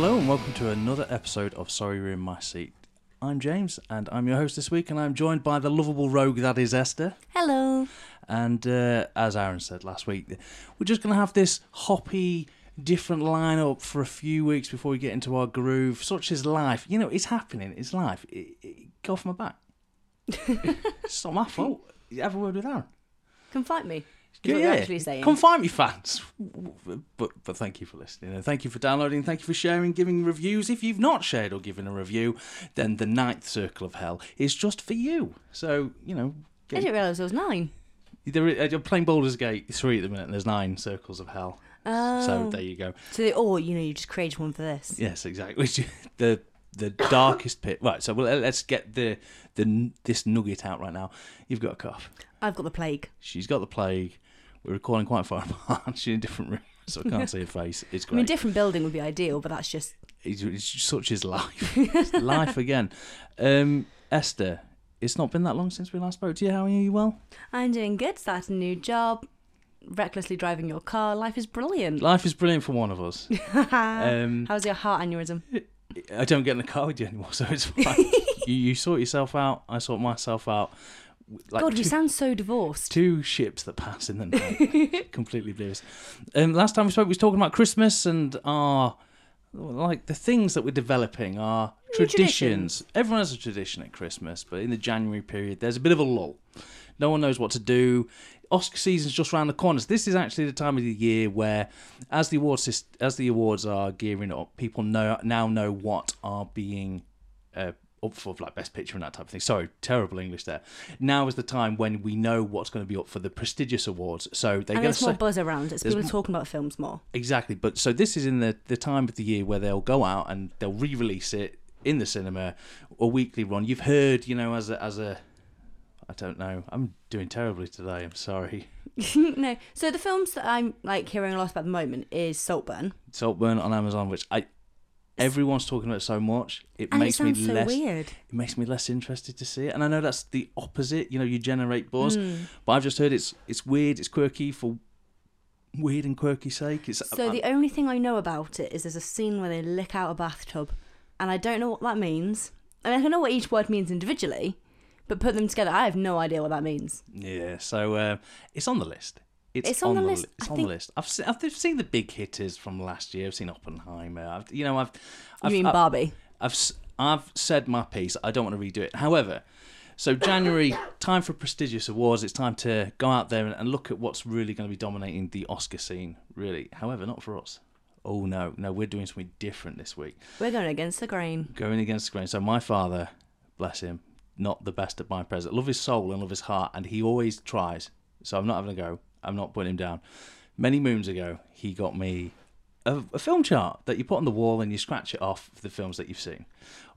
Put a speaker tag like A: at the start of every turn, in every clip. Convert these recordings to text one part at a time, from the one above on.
A: to another episode of Sorry You're in My Seat. I'm James, and I'm your host this week, and I'm joined by the lovable rogue that is Esther.
B: Hello.
A: And uh, as Aaron said last week, we're just going to have this hoppy, different lineup for a few weeks before we get into our groove. Such is life. You know, it's happening. It's life. It, it, go off my back. it's not my fault. Have a word with Aaron.
B: Come fight me. Is what you're actually saying.
A: Come find me, fans. But but thank you for listening, and thank you for downloading, thank you for sharing, giving reviews. If you've not shared or given a review, then the ninth circle of hell is just for you. So you know,
B: I didn't realise there was nine.
A: there is, I'm playing Baldur's Gate three at the minute, and there's nine circles of hell. So
B: Oh.
A: there you go.
B: So they, oh, you know, you just created one for this.
A: Yes, exactly. Which the the darkest pit. Right. So well, let's get the the this nugget out right now. You've got a cough.
B: I've got the plague.
A: She's got the plague. We're recording quite far apart. She's in a different room, so I can't see her face. It's
B: I mean,
A: great.
B: different building would be ideal, but that's just
A: it's, it's such is life. It's life again. Um, Esther, it's not been that long since we last spoke to you. How are you? You well?
B: I'm doing good. Starting a new job, recklessly driving your car. Life is brilliant.
A: Life is brilliant for one of us. um,
B: How's your heart aneurysm?
A: I don't get in the car with you anymore, so it's fine. you, you sort yourself out. I sort myself out. Like
B: God,
A: two,
B: you sound so divorced.
A: two ships that pass in the night. Completely oblivious. Um, last time we spoke, we was talking about Christmas and our like the things that we're developing, our traditions.
B: traditions.
A: Everyone has a tradition at Christmas, but in the January period, there's a bit of a lull. No one knows what to do. Oscar season's just round the corners. This is actually the time of the year where, as the awards syst- as the awards are gearing up, people know now know what are being uh, up for like best picture and that type of thing. Sorry, terrible English there. Now is the time when we know what's going to be up for the prestigious awards. So they
B: And
A: get a
B: there's more
A: se-
B: buzz around. It's
A: there's
B: people talking about films more.
A: Exactly. But so this is in the the time of the year where they'll go out and they'll re-release it in the cinema a weekly run. You've heard, you know, as a as a I don't know. I'm doing terribly today. I'm sorry.
B: no, so the films that I'm like hearing a lot about at the moment is Saltburn,
A: Saltburn on Amazon, which I everyone's talking about so much, it
B: and
A: makes
B: it
A: me
B: sounds so
A: less
B: weird.
A: it makes me less interested to see it. And I know that's the opposite. You know, you generate buzz,
B: Hmm.
A: but I've just heard it's it's weird, it's quirky for weird and quirky sake. It's
B: So the only thing I know about it is there's a scene where they lick out a bathtub, and I don't know what that means. I mean, I know what each word means individually, but put them together, I have no idea what that means.
A: Yeah, so uh, it's on the list. It's,
B: It's on the list,
A: Li- it's
B: I
A: on
B: think-
A: the list. I've seen, I've seen the big hitters from last year. I've seen Oppenheimer. I've, you know, I've, I've,
B: you mean
A: I've,
B: Barbie?
A: I've, s- I've said my piece. I don't want to redo it. However, so January time for prestigious awards. It's time to go out there and, and look at what's really going to be dominating the Oscar scene. Really, however, not for us. Oh no, no, we're doing something different this week
B: We're going against the grain.
A: going against the grain. So my father, bless him, not the best at my present. Love his soul and love his heart, and he always tries. So I'm not having a go. I'm not putting him down. Many moons ago, he got me a, a film chart that you put on the wall and you scratch it off the films that you've seen.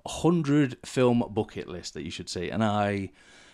A: A hundred film bucket list that you should see. And I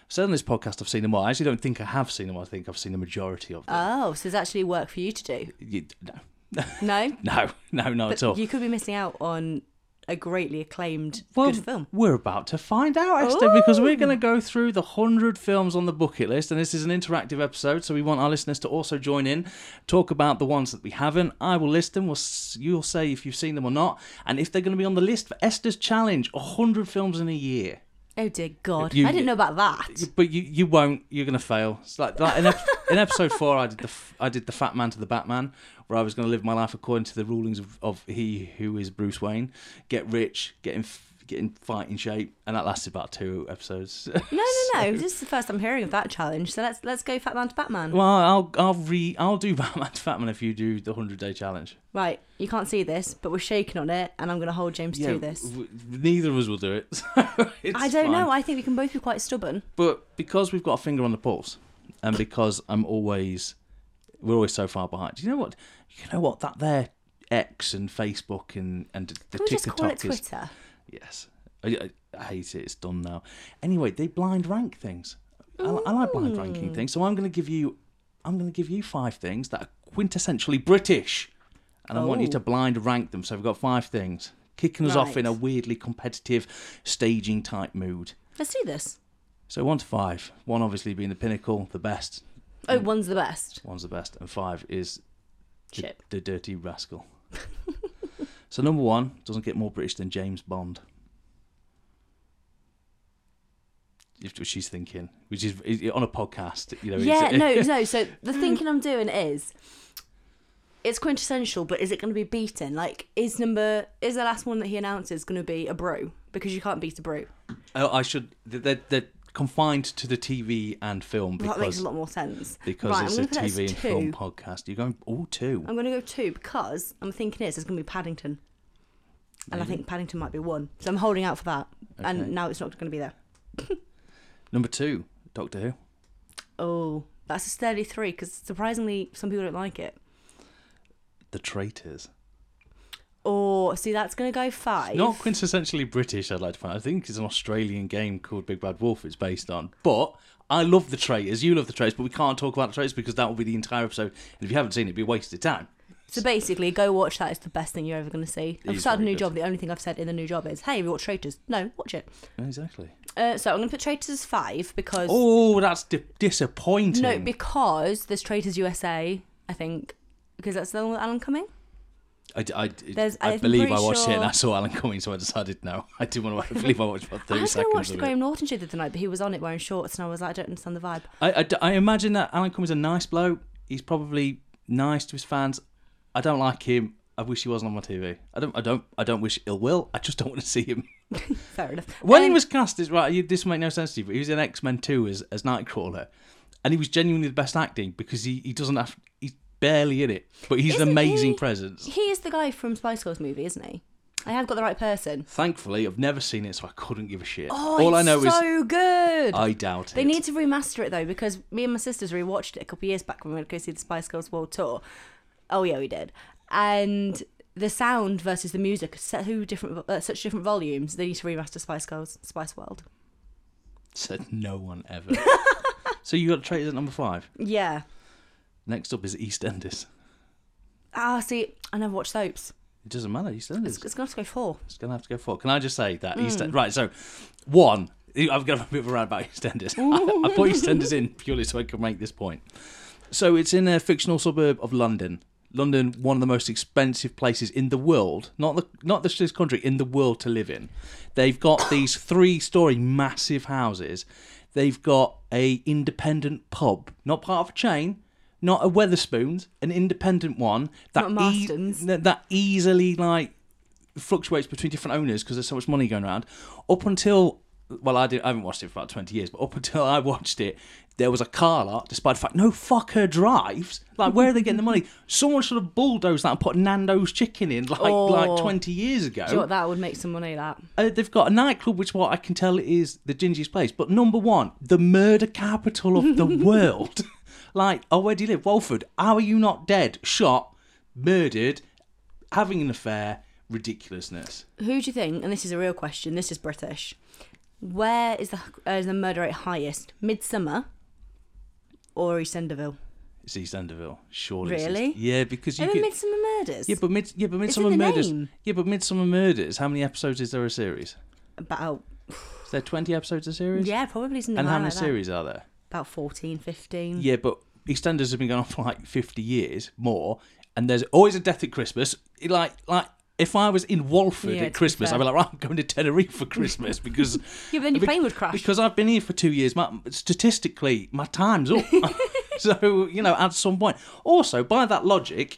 A: said on this podcast, I've seen them all. I actually don't think I have seen them. I think I've seen the majority of them.
B: Oh, so there's actually work for you to do.
A: You- no,
B: No,
A: no, no, not at all.
B: you could be missing out on a greatly acclaimed good film.
A: We're about to find out, Esther, because we're going to go through the 100 films on the bucket list. And this is an interactive episode, so we want our listeners to also join in, talk about the ones that we haven't. I will list them. We'll, s- you'll say if you've seen them or not. And if they're going to be on the list for Esther's challenge 100 films in a year.
B: Oh dear God,
A: You-
B: I didn't know about that.
A: But you, you won't. You're going to fail. It's like, like in, ep- in episode four, I did the f- I did the fat man to the Batman, where I was going to live my life according to the rulings of, of he who is Bruce Wayne, get rich, get in f- get in fighting shape, and that lasted about two episodes.
B: No, no, no. this is the first I'm hearing of that challenge. So let's let's go Fat Man to Batman.
A: well, I'll I'll re I'll do Batman to Fatman if you do the hundred day challenge.
B: Right, you can't see this, but we're shaking on it, and I'm going to hold James to this.
A: w- neither of us will do it. so it's
B: I don't
A: fine.
B: know. I think we can both be quite stubborn.
A: But because we've got a finger on the pulse, and because I'm always, we're always so far behind. Do you know what? You know what? That there X and Facebook and and the
B: Can we just
A: TikTok
B: call it
A: is
B: Twitter?
A: yes. I, I, I hate it. It's done now. Anyway, they blind rank things. I, I like blind ranking things. So I'm going to give you, I'm going to give you five things that are quintessentially British, and I want you
B: Oh.
A: to blind rank them. So we've got five things. Kicking us off in a
B: Right.
A: weirdly competitive staging type mood.
B: Let's do this.
A: So one to five. One obviously being the pinnacle, the best.
B: Oh, one's the best.
A: One's the best, and five is the,
B: Chip.
A: the dirty rascal. So number one doesn't get more British than James Bond. If if she's thinking, which is is- on a podcast, you know. it's-
B: Yeah, no, no. So the thinking I'm doing is, it's quintessential, but is it going to be beaten? Like, is number is the last one that he announces going to be a brew? Because you can't beat a brew.
A: Oh, I should. They're, they're confined to the TV and film
B: Well, that makes
A: because
B: a lot more sense.
A: because
B: Right,
A: it's
B: I'm
A: a
B: gonna put that
A: TV
B: as
A: and film
B: two.
A: podcast. You're going all two.
B: I'm going to go two because I'm thinking is it's going to be Paddington, and I think Paddington might be one. So I'm holding out for that,
A: Okay.
B: and now it's not going to be there.
A: Number two, Doctor Who.
B: Oh, that's a sturdy three because surprisingly, some people don't like it.
A: The Traitors.
B: Or see, that's going to go five.
A: Not quintessentially British, I'd like to find. I think it's an Australian game called Big Bad Wolf it's based on. But I love The Traitors. You love The Traitors, but we can't talk about The Traitors because that will be the entire episode. And if you haven't seen it, it'd be a waste of time.
B: So basically, go watch that. It's the best thing you're ever going to see.
A: is
B: I've started a
A: very
B: new
A: good.
B: job. The only thing I've said in the new job is, "Hey, have you watched Traitors?" No, watch it.
A: Exactly.
B: Uh, so I'm going to put Traitors as five because
A: Oh, that's di- disappointing.
B: no, because there's Traitors USA. I think because that's the one with Alan Cumming.
A: I, d- I d-
B: There's-
A: I
B: I'm
A: believe
B: pretty
A: I watched it and
B: sure-
A: I saw Alan Cumming, so I decided no. I did want to. I believe I watched about
B: I
A: thirty
B: was going
A: seconds
B: to watch the
A: of
B: Graham
A: it.
B: Norton show the other night, but he was on it wearing shorts, and I was like, I don't understand the vibe.
A: I, I d- I imagine that Alan Cumming's a nice bloke. He's probably nice to his fans. I don't like him. I wish he wasn't on my TV. I don't. I don't. I don't wish ill will. I just don't want to see him.
B: Fair enough.
A: When he
B: Um,
A: was cast as right, you, this will make no sense to you, but he was in X Men Two as as Nightcrawler, and he was genuinely the best acting because he, he doesn't have he's barely in it, but he's an
B: Isn't
A: amazing
B: he?
A: presence.
B: he is the guy from Spice Girls movie, isn't he? I have got the right person.
A: Thankfully, I've never seen it, so I couldn't give a shit.
B: Oh,
A: All I
B: it's
A: know is
B: so good.
A: I doubt
B: They
A: it.
B: need to remaster it though, because me and my sisters rewatched it a couple of years back when we went to go see the Spice Girls World Tour. Oh yeah, we did. And the sound versus the music, are so different, uh, such different volumes. They need to remaster Spice Girls, Spice World.
A: said no one ever. so you got Traitors at number five.
B: Yeah.
A: Next up is EastEnders.
B: Ah, see, I never watched soaps.
A: It doesn't matter. EastEnders.
B: It's, it's gonna have to go four.
A: It's gonna have to go for. Can I just say that
B: Hmm.
A: EastEnders? Right. So one, I've got a bit of a rant about EastEnders. I, I put EastEnders in purely so I could make this point. So it's in a fictional suburb of London. London, one of the most expensive places in the world, not the not just this country, in the world to live in. They've got these three-story massive houses. They've got a independent pub, not part of a chain, not a Weatherspoons, an independent one that e-
B: Not Marston's.
A: that- that easily like fluctuates between different owners because there's so much money going around. Up until well, I, did, I haven't watched it for about 20 years, but up until I watched it, there was a car lot, despite the fact, no, fuck her drives. Like, where are they getting the money? Someone should have bulldozed that and put Nando's chicken in like
B: Oh.
A: like 20 years ago.
B: Do you know what that would make some money? That
A: Uh, they've got a nightclub, which what I can tell is the gingiest place. But number one, the murder capital of the world. Like, oh, where do you live? Walford. How are you not dead? Shot, murdered, having an affair. Ridiculousness.
B: who do you think? And this is a real question. This is British. Where is the uh, is the murder rate highest? Midsummer or East Enderville?
A: It's East Enderville, surely. it's East-
B: Really?
A: yeah, because you
B: Remember
A: could.
B: Midsummer Murders?
A: yeah, but mid. Yeah, but Midsummer
B: the
A: Murders.
B: name.
A: Yeah, but Midsummer Murders. How many episodes is there a series?
B: About
A: Is there twenty episodes a series?
B: yeah, probably something
A: And how
B: like
A: many
B: that.
A: series are there?
B: about 14, 15.
A: Yeah, but EastEnders have been going on for like fifty years more, and there's always a death at Christmas. It- Like, like if I was in Walford
B: Yeah, to
A: at
B: be
A: Christmas, I'd
B: fair.
A: be like, right, I'm going to Tenerife for Christmas because
B: Yeah, but then your
A: Bec-
B: plane would crash.
A: Because I've been here for two years. My, statistically, my time's up. so, you know, at some point. Also, by that logic,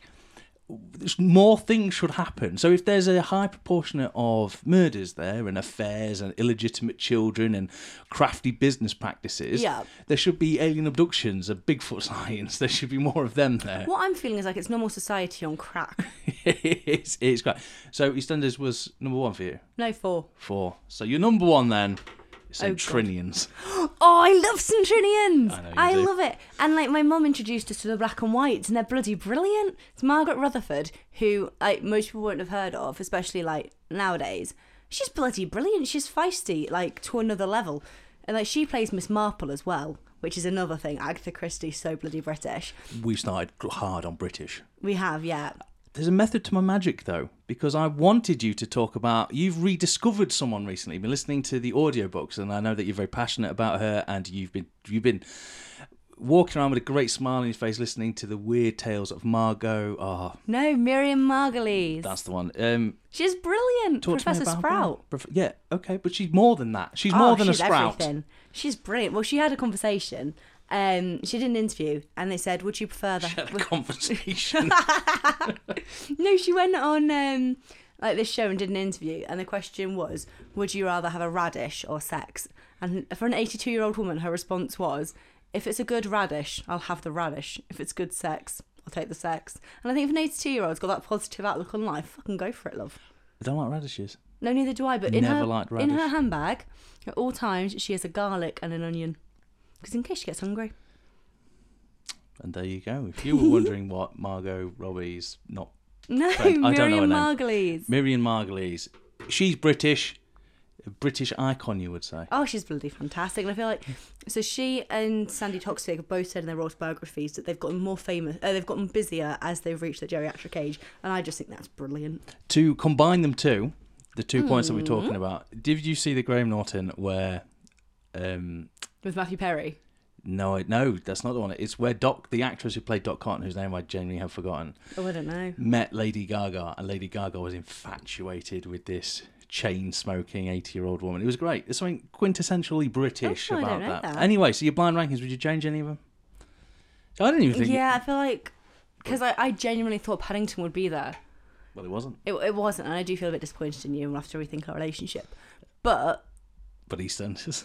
A: there's more things should happen. So, if there's a high proportion of murders there and affairs and illegitimate children and crafty business practices,
B: Yeah.
A: there should be alien abductions and Bigfoot science. There should be more of them there.
B: What I'm feeling is like it's normal society on crack.
A: it's, it's great. So, EastEnders was number one for you.
B: No four.
A: Four. So, your number one then. is
B: Oh, God.
A: Centrinians.
B: Oh, I love Centrinians.
A: I know you
B: I
A: do.
B: love it. And like my mum introduced us to the black and whites, and they're bloody brilliant. It's Margaret Rutherford, who like most people wouldn't have heard of, especially like nowadays. She's bloody brilliant. She's feisty, like to another level, and like she plays Miss Marple as well, which is another thing. Agatha Christie's so bloody British.
A: We've started hard on British.
B: We have, yeah.
A: There's a method to my magic, though, because I wanted you to talk about. You've rediscovered someone recently. You've been listening to the audiobooks, and I know that you're very passionate about her, and you've been you've been walking around with a great smile on his face, listening to the weird tales of Margot. Ah,
B: No, Miriam Margolyes.
A: that's the one. Um,
B: She's brilliant.
A: talk to me
B: Professor
A: about her.
B: Sprout.
A: Prof- yeah, okay, but she's more than that. She's
B: oh,
A: more than
B: she's
A: a sprout.
B: Everything. She's brilliant. Well, she had a conversation. Um, she did an interview, and they said, "Would you prefer the?"
A: She had a conversation.
B: No, she went on um, like this show and did an interview, and the question was, "Would you rather have a radish or sex?" And for an 82-year-old woman, her response was, "If it's a good radish, I'll have the radish. If it's good sex, I'll take the sex." And I think if an 82-year-old's got that positive outlook on life, fucking go for it, love.
A: I don't like radishes.
B: No, neither do I. But in
A: Never
B: her
A: liked
B: in her
A: radish.
B: handbag, at all times, she has a garlic and an onion, because in case she gets hungry.
A: And there you go. If you were wondering what Margot Robbie's not
B: No,
A: Friend. I don't know her
B: Miriam
A: name.
B: Margolyes.
A: Miriam Margolyes, she's British, a British icon, you would say.
B: Oh, she's bloody fantastic. And I feel like so she and Sandy Toxic have both said in their autobiographies that they've gotten more famous, uh, they've gotten busier as they've reached their geriatric age, and I just think that's brilliant.
A: To combine them two, the two points
B: Hmm.
A: that we're talking about, did you see the Graham Norton where? Um,
B: With Matthew Perry,
A: no, I- no, that's not the one. It's where Doc, the actress who played Doc Cotton, whose name I genuinely have forgotten,
B: oh, I don't know.
A: met Lady Gaga, and Lady Gaga was infatuated with this chain smoking 80 year old woman. It was great. There's something quintessentially British
B: Oh, I
A: about
B: don't know
A: that.
B: that.
A: Anyway, so your blind rankings, would you change any of them? I didn't even think.
B: Yeah, I feel like because I, I genuinely thought Paddington would be there.
A: Well, it wasn't.
B: It, it wasn't, and I do feel a bit disappointed in you. and We'll have to rethink our relationship. But
A: But EastEnders.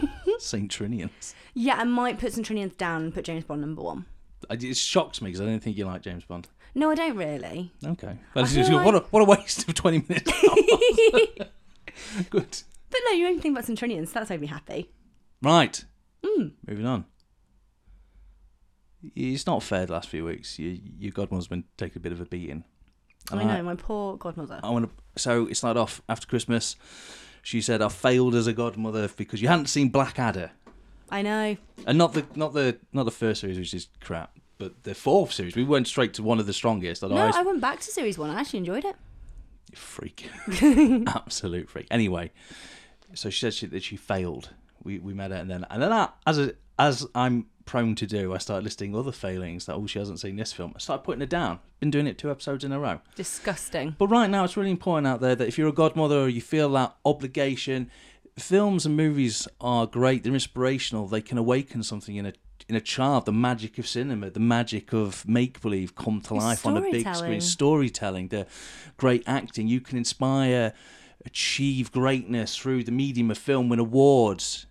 A: St. Trinians.
B: yeah, I might put Centurions down and put James Bond number one.
A: I- It shocked me because I didn't think you liked James Bond.
B: No, I don't really.
A: Okay. Well, it's
B: feel
A: just-
B: like-
A: what, a, what a waste of 20 minutes. Good.
B: But no, you only think about Centurions. That's made me happy.
A: Right.
B: Hmm.
A: Moving on. It's not fair the last few weeks. You, your godmother's been taking a bit of a beating.
B: I
A: And
B: know my poor godmother.
A: I want to. So it started off after Christmas. She said, "I failed as a godmother because you hadn't seen Blackadder,
B: I know.
A: and not the not the not the first series, which is crap, but the fourth series. We went straight to one of the strongest. and
B: No,
A: I
B: I went back to series one. I actually enjoyed it.
A: freak, absolute freak. Anyway, so she said she, that she failed. We we met her, and then and then I, as a, as I'm prone to do, I started listing other failings that oh she hasn't seen this film. I started putting her down. Been doing it two episodes in a row.
B: Disgusting.
A: But right now, it's really important out there that if you're a godmother or you feel that obligation, films and movies are great. They're inspirational. They can awaken something in a in a child. The magic of cinema, the magic of make believe come to life on a big
B: storytelling.
A: screen. Storytelling, the great acting. You can inspire, achieve greatness through the medium of film. Win awards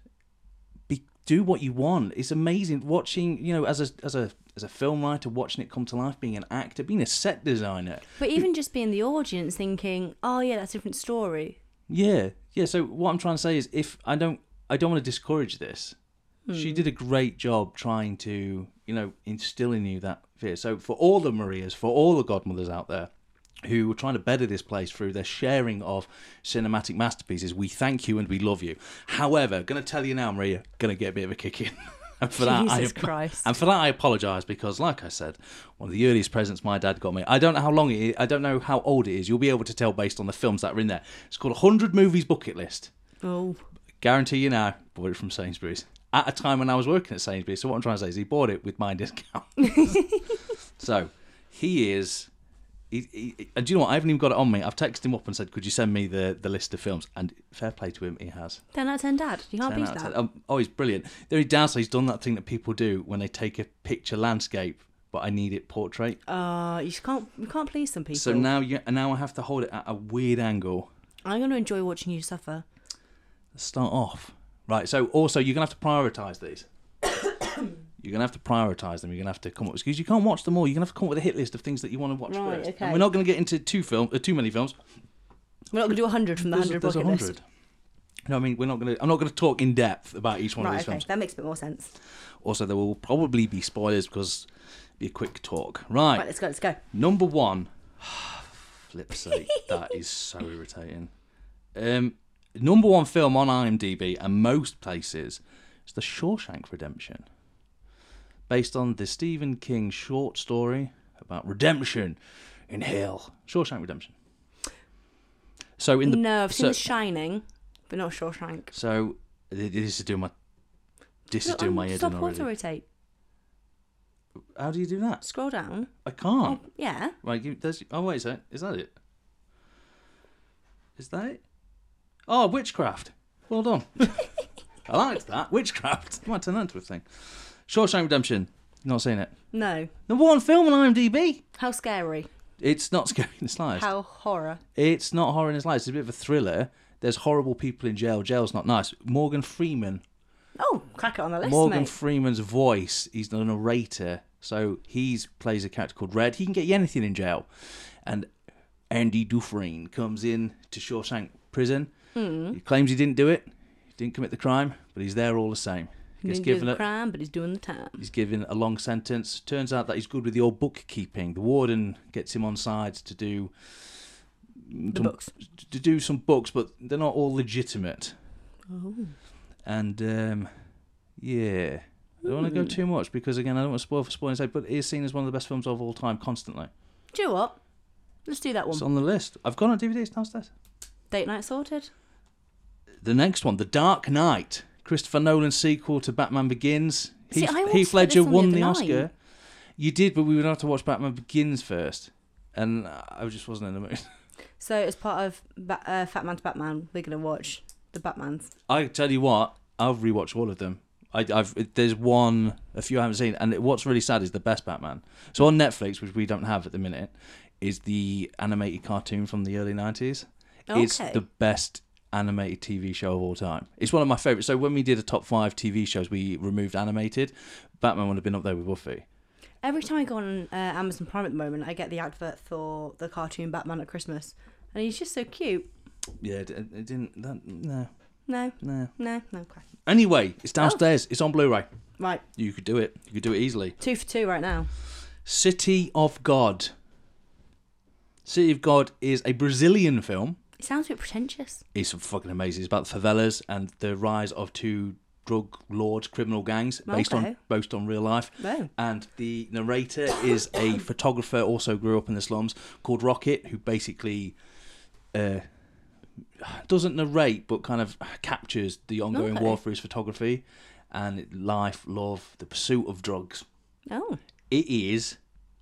A: be, do what you want. It's amazing watching, you know, as a as a as a film writer, watching it come to life, being an actor, being a set designer.
B: But even just being the audience thinking, oh, yeah, that's a different story.
A: Yeah, yeah. So what I'm trying to say is, if I don't, I don't want to discourage this. She
B: Hmm.
A: did a great job trying to, you know, instill in you that fear. So for all the Marias, for all the godmothers out there who are trying to better this place through their sharing of cinematic masterpieces, we thank you and we love you. However, going to tell you now, Maria, going to get a bit of a kick in. And for that,
B: Jesus
A: I,
B: Christ.
A: And for that, I apologise because, like I said, one of the earliest presents my dad got me. I don't know how long it. I don't know how old it is. You'll be able to tell based on the films that are in there. It's called "100 Movies Bucket List."
B: Oh.
A: Guarantee you now, bought it from Sainsbury's at a time when I was working at Sainsbury's. So what I'm trying to say is, he bought it with my discount. so he is. He, he, and do you know what? I haven't even got it on me. I've texted him up and said, "Could you send me the, the list of films?" And fair play to him, he has.
B: 10 out of 10, Dad. You can't
A: And
B: beat
A: that's
B: that.
A: it. Um, oh, he's brilliant. The only downside, he's done that thing that people do when they take a picture landscape, but I need it portrait.
B: Uh, you just can't, you can't please some people.
A: so now you now I have to hold it at a weird angle.
B: I'm going to enjoy watching you suffer.
A: Let's start off right. So also, you're gonna have to prioritize these. you're gonna have to prioritize them. You're gonna have to come up because you can't watch them all. You're gonna have to come up with a hit list of things that you want to watch
B: Right,
A: first.
B: okay.
A: And we're not gonna get into two film, uh, too many films.
B: We're not going to do 100 from the 100
A: there's, there's
B: bucket list.
A: No, I mean we're not gonna. I'm not gonna talk in depth about each one of
B: Right,
A: these
B: okay.
A: films.
B: That makes a bit more sense.
A: Also, there will probably be spoilers because it'll be a quick talk. Right.
B: Right, let's go, let's go.
A: Number one. Flip sake, that is so irritating. Um, number one film on IMDb and most places is The Shawshank Redemption, based on the Stephen King short story about redemption in hell. Shawshank Redemption. So in the
B: No, I've seen
A: so,
B: The Shining, but not Shawshank.
A: so th- this is doing my this is doing my head in
B: Stop
A: already.
B: auto-rotate.
A: How do you do that?
B: Scroll down.
A: I can't.
B: Yeah.
A: Right, you, there's. Oh wait a sec. Is that it? Is that it? Oh, witchcraft. Well done. I liked that witchcraft. I might turn that into a thing. Shawshank Redemption. Not seen it.
B: No.
A: Number one film on IMDb.
B: How scary.
A: It's not scary in the slightest.
B: How horror.
A: It's not horror in the slightest. It's a bit of a thriller. There's horrible people in jail. Jail's not nice. Morgan Freeman.
B: Oh, crack it on the list,
A: Morgan
B: mate.
A: Freeman's voice. He's the narrator, so he's plays a character called Red. He can get you anything in jail, and Andy Dufresne comes in to Shawshank Prison.
B: Hmm.
A: He claims he didn't do it, he didn't commit the crime, but he's there all the same. Gets
B: Didn't do
A: given
B: the
A: a,
B: crime, but he's doing the time.
A: he's given a long sentence. Turns out that he's good with the old bookkeeping. The warden gets him on side to do
B: The books.
A: to do some books, but they're not all legitimate.
B: Oh.
A: And um, yeah, I don't want to go too much because again, I don't want to spoil for spoiling sake. But it is seen as one of the best films of all time, constantly.
B: Do you know what? Let's do that one.
A: It's on the list. I've got it on DVD. It's downstairs.
B: Date night sorted.
A: The next one, The Dark Knight, Christopher Nolan's sequel to Batman Begins.
B: See, I wanted
A: Heath
B: to put this
A: Ledger
B: on the
A: won
B: other
A: the
B: night.
A: Oscar. You did, but we would have to watch Batman Begins first, and I just wasn't in the mood.
B: So as part of ba- uh, Fat Man to Batman, we're gonna watch the Batman's.
A: I tell you what, I've rewatched all of them. I, I've there's one a few I haven't seen, and what's really sad is the best Batman. So on Netflix, which we don't have at the minute, is the animated cartoon from the early nineties. It's
B: Okay.
A: the best animated TV show of all time. It's one of my favorites. So when we did a top five TV shows, we removed animated. Batman would have been up there with Buffy.
B: Every time I go on uh, Amazon Prime at the moment, I get the advert for the cartoon Batman at Christmas, and he's just so cute.
A: Yeah, it, it didn't. That, no,
B: No,
A: no.
B: no, no. Okay.
A: Anyway, it's downstairs. It's on Blu-ray.
B: Right,
A: You could do it. You could do it easily.
B: two for two right now.
A: City of God. City of God is a Brazilian film.
B: It sounds a bit pretentious.
A: It's fucking amazing. It's about the favelas and the rise of two drug lords, criminal gangs, based on
B: Okay.
A: based on real life.
B: Oh.
A: And the narrator is a photographer, also grew up in the slums, called Rocket, who basically uh, doesn't narrate, but kind of captures the ongoing
B: Okay.
A: war for his photography and life, love, the pursuit of drugs.
B: Oh,
A: It is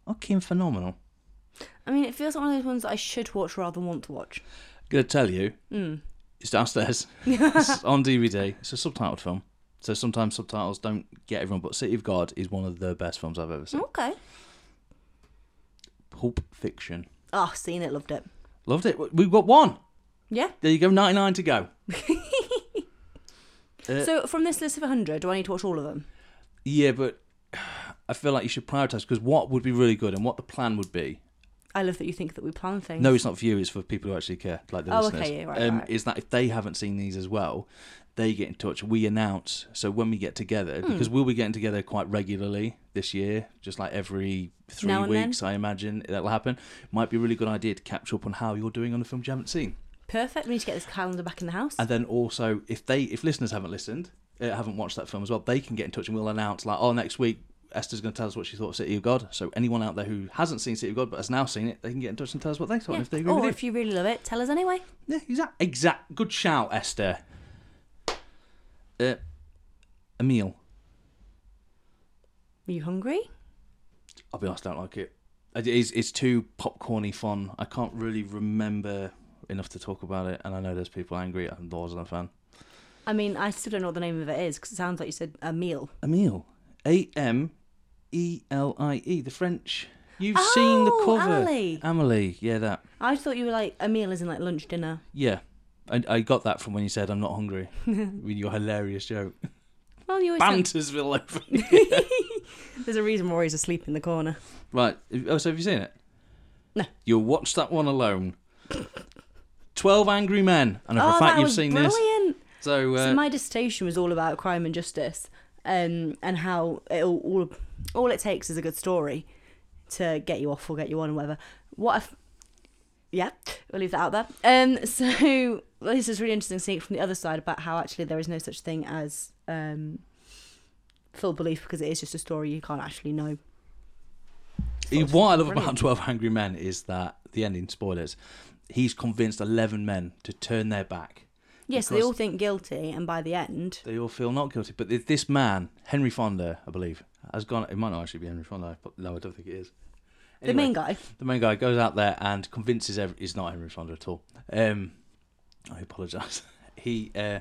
A: fucking phenomenal.
B: I mean, it feels like one of those ones that I should watch rather than want to watch.
A: gonna tell you, it's downstairs. it's on DVD. It's a subtitled film, so sometimes subtitles don't get everyone. But City of God is one of the best films I've ever seen.
B: Okay.
A: Pulp Fiction.
B: Oh, seen it, loved it.
A: Loved it. We- We've got one.
B: Yeah.
A: There you go. Ninety nine to go. Uh,
B: So from this list of 100, do I need to watch all of them?
A: Yeah, but I feel like you should prioritize because what would be really good and what the plan would be.
B: I love that you think that we plan things.
A: No, it's not for you. It's for people who actually care, like the
B: Oh,
A: listeners. Um,
B: okay, yeah, right, right.
A: Is that if they haven't seen these as well, they get in touch. We announce so when we get together
B: Hmm.
A: because we'll be getting together quite regularly this year, just like every three
B: Now and then.
A: weeks. I imagine that'll happen. Might be a really good idea to catch up on how you're doing on the films you haven't seen,
B: Perfect. We need to get this calendar back in the house.
A: and then also if they if listeners haven't listened, uh, haven't watched that film as well, they can get in touch and we'll announce like, oh, next week. Esther's going to tell us what she thought of City of God. So anyone out there who hasn't seen City of God but has now seen it, they can get in touch and tell us what they thought.
B: Yeah. Oh,
A: and If they agree with
B: or
A: you.
B: if you really love it, tell us anyway.
A: Yeah, exact, exact. Good shout, Esther. Uh, Emil.
B: Are you hungry?
A: I'll be honest, I don't like it. It is, it's too popcorny fun. I can't really remember enough to talk about it, and I know there's people angry. I wasn't a fan.
B: I mean, I still don't know what the name of it is because it sounds like you said a meal.
A: Emil. A M E L I E. The French. You've seen the
B: Oh,
A: cover.
B: Amelie.
A: Amelie. Yeah, that.
B: I thought you were like a meal isn't like lunch, dinner.
A: Yeah. I, I got that from when you said I'm not hungry. with your hilarious joke.
B: Well, you always sound-
A: Bantersville over.
B: there's a reason Rory's asleep in the corner.
A: Right. Oh, so have you seen it?
B: No.
A: You'll watch that one alone. Twelve Angry Men. And for
B: oh,
A: a
B: that
A: fact you've
B: was
A: seen this.
B: brilliant.
A: So, uh,
B: So my dissertation was all about crime and justice, um, and how it all, all all it takes is a good story to get you off or get you on or whatever. What if? Yeah, we'll leave that out there. Um, so well, this is really interesting seeing it from the other side about how actually there is no such thing as um, full belief because it is just a story you can't actually know.
A: what I love about
B: brilliant.
A: Twelve Angry Men is that the ending spoilers. He's convinced eleven men to turn their back.
B: Yes, they
A: Because-
B: all think guilty, and by the end,
A: They all feel not guilty, but th- this man, Henry Fonda, I believe, has gone. It might not actually be Henry Fonda, but no, I don't think it is.
B: The main guy.
A: The main guy goes out there and convinces every, he's not Henry Fonda at all. Um, I apologise. He uh,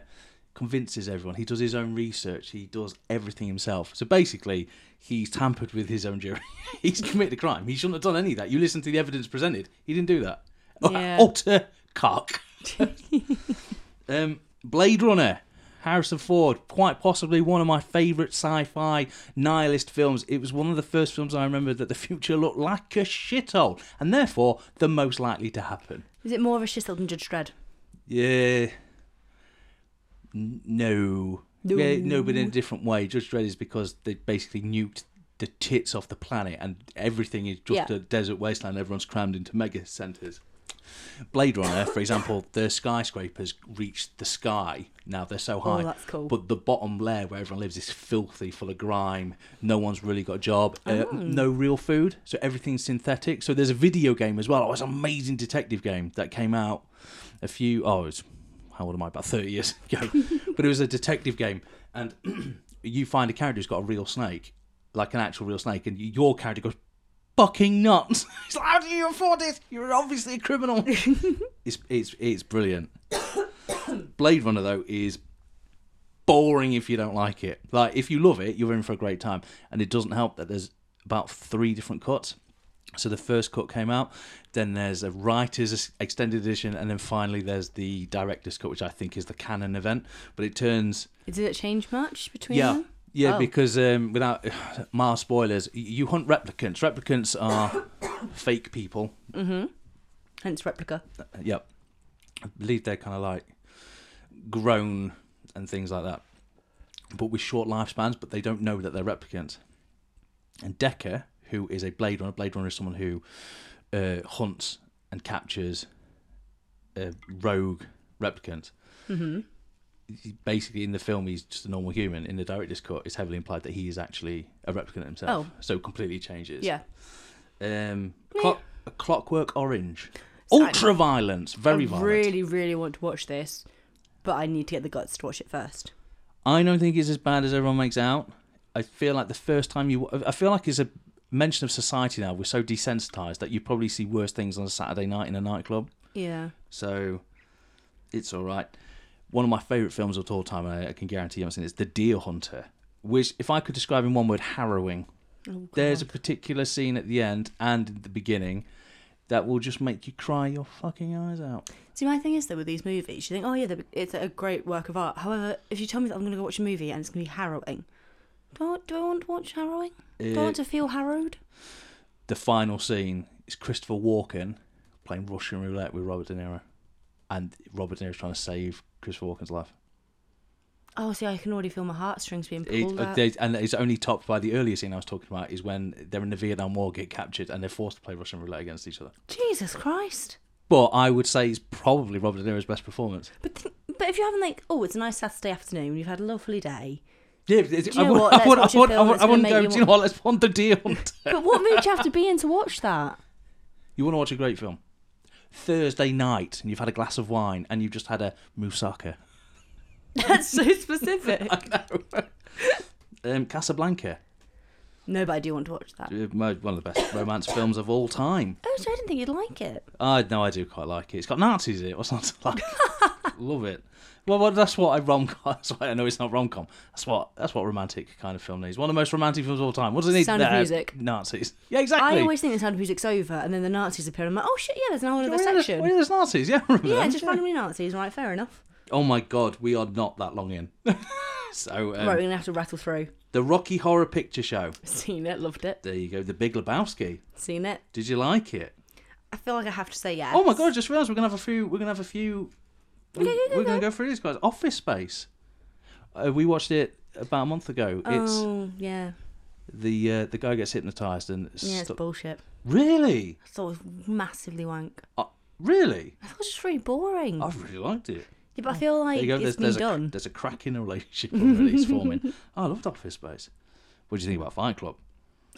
A: convinces everyone. He does his own research. He does everything himself. So basically, he's tampered with his own jury. he's committed a crime. He shouldn't have done any of that. You listen to the evidence presented. He didn't do that.
B: Yeah.
A: Utter cock. um, Blade Runner. Harrison Ford, quite possibly one of my favourite sci-fi nihilist films. It was one of the first films I remember that the future looked like a shithole, and therefore the most likely to happen.
B: Is it more of a shithole than Judge Dredd?
A: Yeah. N- No.
B: No.
A: Yeah, no, but in a different way. Judge Dredd is because they basically nuked the tits off the planet and everything is just
B: Yeah.
A: a desert wasteland. Everyone's crammed into mega centres. Blade Runner, for example, their skyscrapers reach the sky. Now they're so high.
B: Oh, that's cool.
A: But the bottom layer where everyone lives is filthy, full of grime. No one's really got a job. Uh,
B: Oh.
A: no real food. So everything's synthetic. So there's a video game as well. Oh, it's an amazing detective game that came out a few oh it's how old am I about 30 years ago but it was a detective game and you find a character who's got a real snake like an actual real snake and your character goes fucking nuts it's like how do you afford this you're obviously a criminal it's it's it's brilliant Blade Runner though is boring if you don't like it like if you love it you're in for a great time and it doesn't help that there's about three different cuts so the first cut came out, then there's a writer's extended edition, and then finally there's the director's cut, which I think is the canon event. But it turns,
B: Did it change much between
A: yeah,
B: them?
A: yeah,
B: Oh.
A: because um, without mild spoilers, y- you hunt replicants. Replicants are fake people.
B: Mm-hmm. Hence replica.
A: Yep, I believe they're kind of like grown and things like that, but with short lifespans. But they don't know that they're replicants. And Decker, who is a Blade Runner, Blade Runner is someone who uh, hunts and captures a rogue replicant. Mm-hmm. Basically, in the film, he's just a normal human. In the director's cut, it's heavily implied that he is actually a replicant himself.
B: Oh.
A: So completely changes.
B: Yeah.
A: Um, clock, Clockwork Orange. Ultra violence. Very
B: I
A: violent.
B: really, really want to watch this, but I need to get the guts to watch it first.
A: I don't think it's as bad as everyone makes out. I feel like the first time you, I feel like it's a mention of society now. We're so desensitized that you probably see worse things on a Saturday night in a nightclub.
B: Yeah.
A: So it's all right. One of my favourite films of all time, and I, I can guarantee you haven't seen it, is The Deer Hunter, which, if I could describe in one word, harrowing.
B: Oh,
A: There's a particular scene at the end and at the beginning that will just make you cry your fucking eyes out.
B: See, my thing is though with these movies, you think, oh yeah, they're- it's a great work of art. However, if you tell me that I'm going to go watch a movie and it's going to be harrowing, do I, do I want to watch harrowing? Do I want to feel harrowed?
A: the final scene is Christopher Walken playing Russian roulette with Robert De Niro, and Robert De Niro's trying to save Christopher Walken's life.
B: Oh, see, I can already feel my heartstrings being
A: It, uh,
B: pulled out.
A: they- and it's only topped by the earlier scene I was talking about is when they're in the Vietnam War, get captured, and they're forced to play Russian roulette against each other.
B: Jesus Christ!
A: But I would say it's probably Robert De Niro's best performance.
B: But th- but if you haven't like, oh, it's a nice Saturday afternoon, you've had a lovely day.
A: Yeah, it's,
B: you know what? Let's watch a film that's
A: I wouldn't
B: gonna make
A: go.
B: you
A: Do you know what? Let's want the deal.
B: But what mood do you have to be in to watch that?
A: you want to watch a great film? Thursday night, and you've had a glass of wine, and you've just had a moussaka.
B: That's so specific.
A: Um, Casablanca,
B: no, but I do want to watch that.
A: uh, my- one of the best romance films of all time.
B: Oh, so I didn't think you'd like it.
A: I no, I do quite like it. It's got Nazis in it. What's not to like? Love it. Well, well, that's what I rom com. That's why I know it's not rom com. That's what that's what romantic kind of film needs. One of the most romantic films of all time. What does it need?
B: Sound of
A: Nah,
B: Music.
A: Nazis. Yeah, exactly.
B: I always think the sound of music's over, and then the Nazis appear, and I'm like, oh shit, yeah, there's now another
A: Well, yeah, there's-
B: section.
A: well, yeah, there's Nazis. Yeah, I remember
B: yeah,
A: them.
B: just randomly Nazis, right? Fair enough.
A: Oh my god, we are not that long in. so um,
B: right, we're gonna have to rattle through.
A: the Rocky Horror Picture Show.
B: Seen it, loved it.
A: There you go. The Big Lebowski.
B: Seen it.
A: Did you like it?
B: I feel like I have to say yes.
A: Oh my god! I just realised we're gonna have a few. We're gonna have a few. We,
B: go, go,
A: are gonna go through these guys. Office Space. Uh, we watched it about a month ago. It's
B: Oh yeah,
A: the uh, the guy gets hypnotized and
B: yeah, it's
A: stu-
B: bullshit.
A: really,
B: I thought it was massively wank.
A: uh, really,
B: I thought it was just really boring.
A: I really liked it.
B: yeah, but I feel like
A: Oh, There you go. There's,
B: it's been
A: there's a
B: done.
A: there's a crack in a relationship already it's forming. I loved Office Space. What do you think about Fight Club?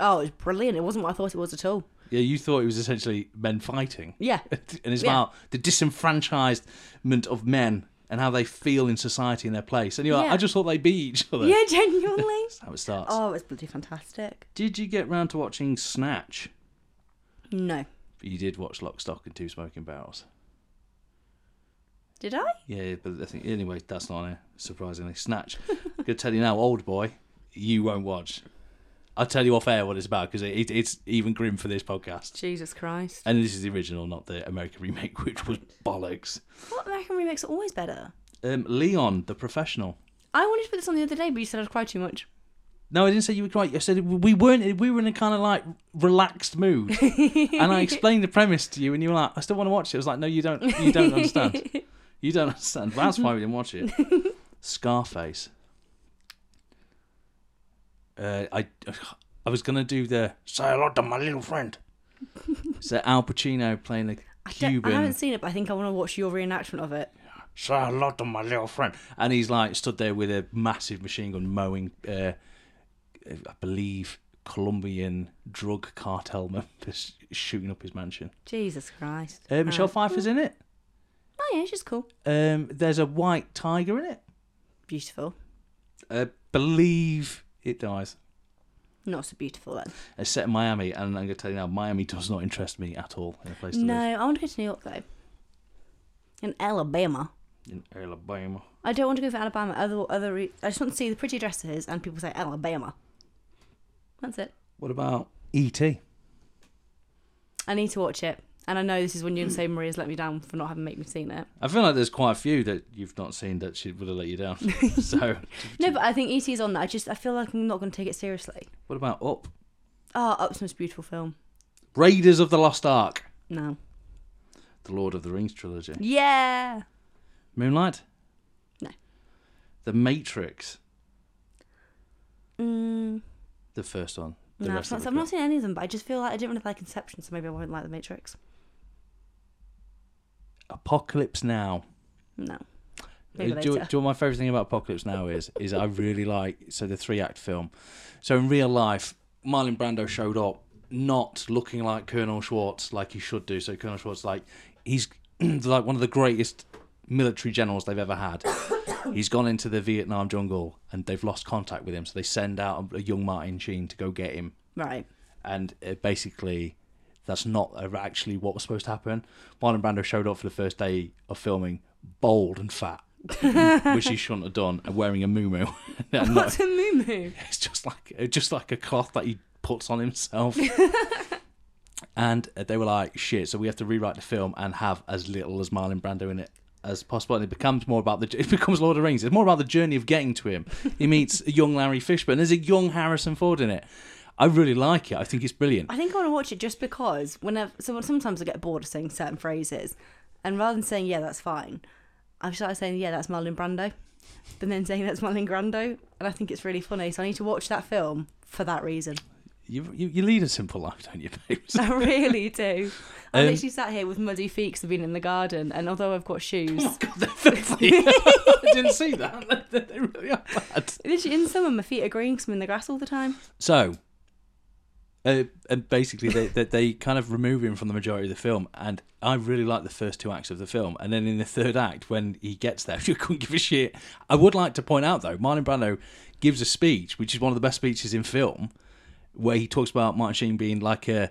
B: Oh, it's brilliant. It wasn't what I thought it was at all.
A: Yeah, you thought it was essentially men fighting,
B: Yeah,
A: and it's
B: Yeah.
A: about the disenfranchisement of men and how they feel in society and their place. And you're like,
B: Yeah.
A: I just thought they'd be each other.
B: Yeah, genuinely.
A: That's how it starts.
B: oh, it's bloody fantastic.
A: Did you get round to watching Snatch?
B: No.
A: You did watch Lock, Stock, and Two Smoking Barrels.
B: Did I?
A: Yeah, but I think anyway, that's not on here. Surprisingly, Snatch. Gonna tell you now, old boy, you won't watch. I'll tell you off air what it's about because it, it, it's even grim for this podcast.
B: Jesus Christ.
A: And this is the original, not the American remake, which was bollocks.
B: What American remakes are always better.
A: Um, Leon, the professional.
B: I wanted to put this on the other day, but you said I'd cry too much.
A: No, I didn't say you were right. I said we weren't. We were in a kind of like relaxed mood, and I explained the premise to you, and you were like, "I still want to watch it." I was like, "No, you don't. You don't understand. You don't understand." That's why we didn't watch it. Scarface. Uh, I, I was gonna do the say hello to my little friend. so Al Pacino playing the
B: I, don't- I
A: Cuban.
B: haven't seen it, but I think I want to watch your reenactment of it.
A: Say hello to my little friend. And he's like stood there with a massive machine gun mowing, uh, I believe, Colombian drug cartel members shooting up his mansion.
B: Jesus Christ.
A: Uh, Michelle
B: Uh,
A: Pfeiffer's in it.
B: Oh, yeah, she's cool.
A: Um, there's a white tiger in it.
B: Beautiful.
A: I believe it dies.
B: Not so beautiful then.
A: It's set in Miami, and I'm going to tell you now, Miami does not interest me at all in a place to
B: No,
A: live.
B: I want to go to New York though. In Alabama.
A: In Alabama.
B: I don't want to go for Alabama. Other, other. Re- I just want to see the pretty dresses and people say Alabama. That's it.
A: What about E E.T.?
B: I need to watch it, and I know this is when you're gonna say Maria's let me down for not having made me seen it.
A: I feel like there's quite a few that you've not seen that she would have let you down. so,
B: No, but I think ET is on that. I just I feel like I'm not gonna take it seriously.
A: what about Up?
B: Oh, Up's the most beautiful film.
A: Raiders of the Lost Ark,
B: No.
A: the Lord of the Rings trilogy,
B: Yeah.
A: Moonlight,
B: Mm. No.
A: The Matrix,
B: Mm,
A: the first one. The
B: no, I've
A: rest
B: not,
A: of
B: I've not seen any of them, but I just feel like I didn't really like Inception, so maybe I won't like The Matrix.
A: Apocalypse Now.
B: No.
A: Uh,
B: Maybe
A: do, you- do
B: later.
A: you know what my favorite thing about Apocalypse Now is? Is I really like so the three act film. So in real life, Marlon Brando showed up not looking like Colonel Schwartz like he should do. So Colonel Schwartz like he's like one of the greatest military generals they've ever had. he's gone into the Vietnam jungle and they've lost contact with him. So they send out a young Martin Sheen to go get him
B: Right.
A: and uh basically that's not uh, actually what was supposed to happen. Marlon Brando showed up for the first day of filming, bald and fat, which he shouldn't have done, and wearing a muumuu. And not-
B: What's a moo moo?
A: it's just like it's just like a cloth that he puts on himself. and uh, they were like, "Shit!" So we have to rewrite the film and have as little as Marlon Brando in it as possible. And it becomes more about the it becomes Lord of the Rings. It's more about the journey of getting to him. He meets a young Larry Fishburne. There's a young Harrison Ford in it. I really like it. I think it's brilliant.
B: I think I want to watch it just because whenever so sometimes I get bored of saying certain phrases, and rather than saying yeah that's fine, I've started saying yeah that's Marlon Brando, but then saying that's Marlon Brando, and I think it's really funny. So I need to watch that film for that reason.
A: You, you you lead a simple life, don't you, babes?
B: I really do. I
A: Um,
B: literally sat here with muddy feet because I've been in the garden, and although I've got shoes,
A: Oh God, they're filthy. I didn't see that. They, they really are bad.
B: literally in summer my feet are green because I'm in the grass all the time.
A: So, uh, and basically, they, they they kind of remove him from the majority of the film, and I really like the first two acts of the film, and then in the third act, when he gets there, you couldn't give a shit. I would like to point out though, Marlon Brando gives a speech, which is one of the best speeches in film, where he talks about Martin Sheen being like a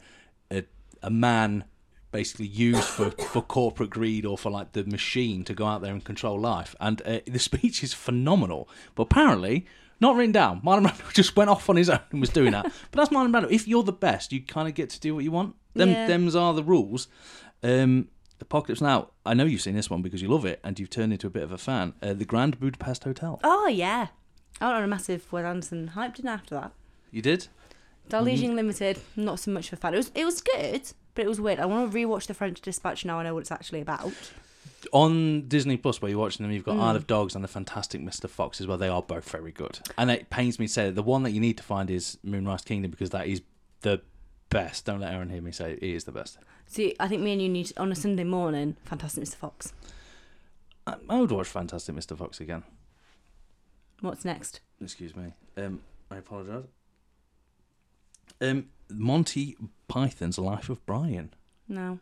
A: a, a man basically used for, for corporate greed or for like the machine to go out there and control life. And uh, the speech is phenomenal, but apparently not written down. Marlon Brando just went off on his own and was doing that. but that's Marlon Brando. If you're the best, you kind of get to do what you want. Them
B: Yeah.
A: them's are the rules. Um, Apocalypse Now. I know you've seen this one because you love it and you've turned into a bit of a fan. Uh, the Grand Budapest Hotel.
B: Oh yeah, I went on a massive Wes Anderson hype didn't I, after that.
A: You did. Mm-hmm.
B: Darjeeling Limited, not so much for fun. It was it was good, but it was weird. I want to rewatch The French Dispatch now. I know what it's actually about.
A: on Disney Plus, where you're watching them, you've got Isle of Dogs and The Fantastic Mr. Fox as well. They are both very good, and it pains me to say that the one that you need to find is Moonrise Kingdom because that is the best. Don't let Aaron hear me say it, it is the best.
B: See, I think me and you need on a Sunday morning. Fantastic Mr. Fox.
A: I, I would watch Fantastic Mr. Fox again.
B: What's next?
A: Excuse me. Um, I apologise. Um, Monty Python's Life of Brian.
B: No,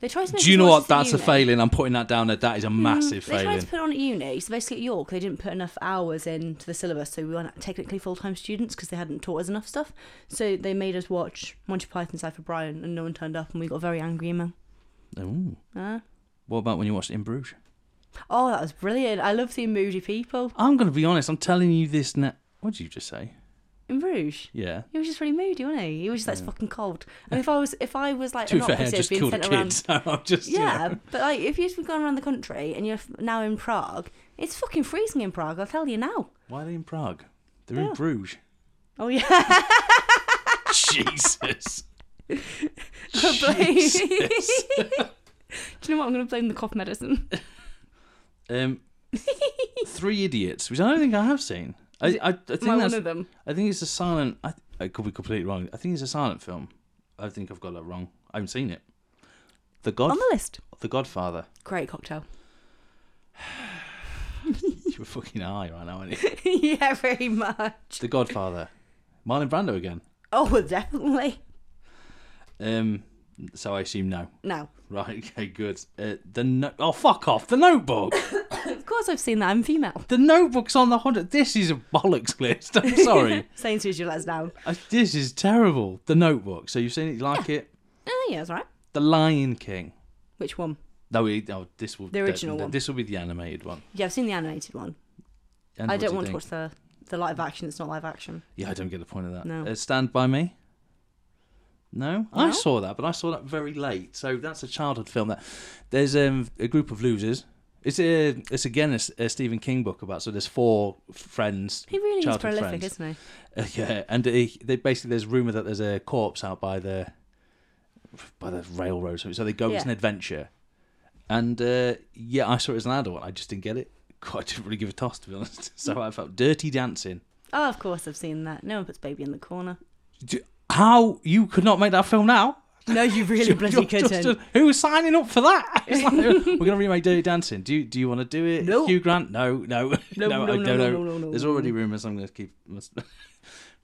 B: They tried to make
A: Do you know
B: watch
A: what?
B: this at
A: That's a
B: uni. Mm.
A: failing. I'm putting that down there. That is a massive
B: They tried
A: failing.
B: to put it on at uni. So basically at York, they didn't put enough hours into the syllabus, so we weren't technically full-time students because they hadn't taught us enough stuff. So they made us watch Monty Python's Life of Brian, and no one turned up, and we got a very angry email.
A: Ooh.
B: Uh,
A: What about when you watched In Bruges?
B: oh, that was brilliant! I love seeing moody people
A: I'm going to be honest. I'm telling you this now. What did you just say?
B: in Bruges.
A: Yeah.
B: He was just really moody, wasn't he? He was just like, it's fucking cold. And if I was, if I was like
A: To
B: an
A: be fair, I
B: operative
A: just
B: being
A: killed a
B: sent
A: kid.
B: around
A: So I'm just. you
B: Yeah,
A: know.
B: but like if you've been going around the country and you're f- now in Prague, it's fucking freezing in Prague. I'll tell you now.
A: Why are they in Prague? They're in
B: Yeah.
A: Bruges.
B: Oh yeah,
A: Jesus.
B: blame-
A: Jesus.
B: do you know what? I'm gonna blame the cough medicine.
A: Um, Three Idiots, which I don't think I have seen. I, I, I think
B: Am I
A: that's,
B: one of them?
A: I think it's a silent. I, I could be completely wrong. I think it's a silent film. I think I've got that wrong. I haven't seen it. The God,
B: On the list.
A: The Godfather.
B: Great cocktail.
A: you were fucking high right now, aren't you?
B: yeah, very much.
A: The Godfather. Marlon Brando again.
B: Oh, well, definitely.
A: Um, so I assume no.
B: No,
A: Right. Okay. Good. Uh, the no- oh fuck off. The Notebook.
B: of course I've seen that. I'm female.
A: the Notebook's on the hundred. This is a bollocks list. I'm sorry.
B: Sainsbury's, you let us down.
A: I, this is terrible. The Notebook. So you've seen it. You like it.
B: Oh yeah, that's right.
A: The Lion King.
B: Which one?
A: No, we, no this will
B: The original one.
A: This will be the animated one.
B: Yeah, I've seen the animated one.
A: And
B: I
A: what do
B: don't
A: you
B: want to
A: think?
B: watch the the live action. It's not live action.
A: Yeah, I don't get the point of that.
B: No.
A: Uh, Stand by Me. No? I
B: No?
A: saw that, but I saw that very late. So that's a childhood film. That there's um, a group of losers. It's a, it's again a, S- a Stephen King book about. So there's four friends.
B: He really is
A: childhood
B: prolific,
A: friends.
B: isn't he?
A: Uh, yeah, and he, they basically there's rumor that there's a corpse out by the by the railroad, so so they go
B: Yeah.
A: it's an adventure, and uh, yeah, I saw it as an adult. I just didn't get it. God, I didn't really give a toss to be honest. So I felt Dirty Dancing.
B: Oh, of course I've seen that. No one puts baby in the corner.
A: Do- How you could not make that film now?
B: No, you really bloody
A: Just- just-
B: couldn't.
A: who's signing up for that? It's like, we're going to remake Dirty Dancing. Do you, do you want to do it?
B: No.
A: Hugh Grant? No, no, no,
B: no,
A: I
B: no,
A: don't
B: no,
A: know.
B: no, no, no,
A: There's
B: no,
A: already rumours. I'm going to keep must-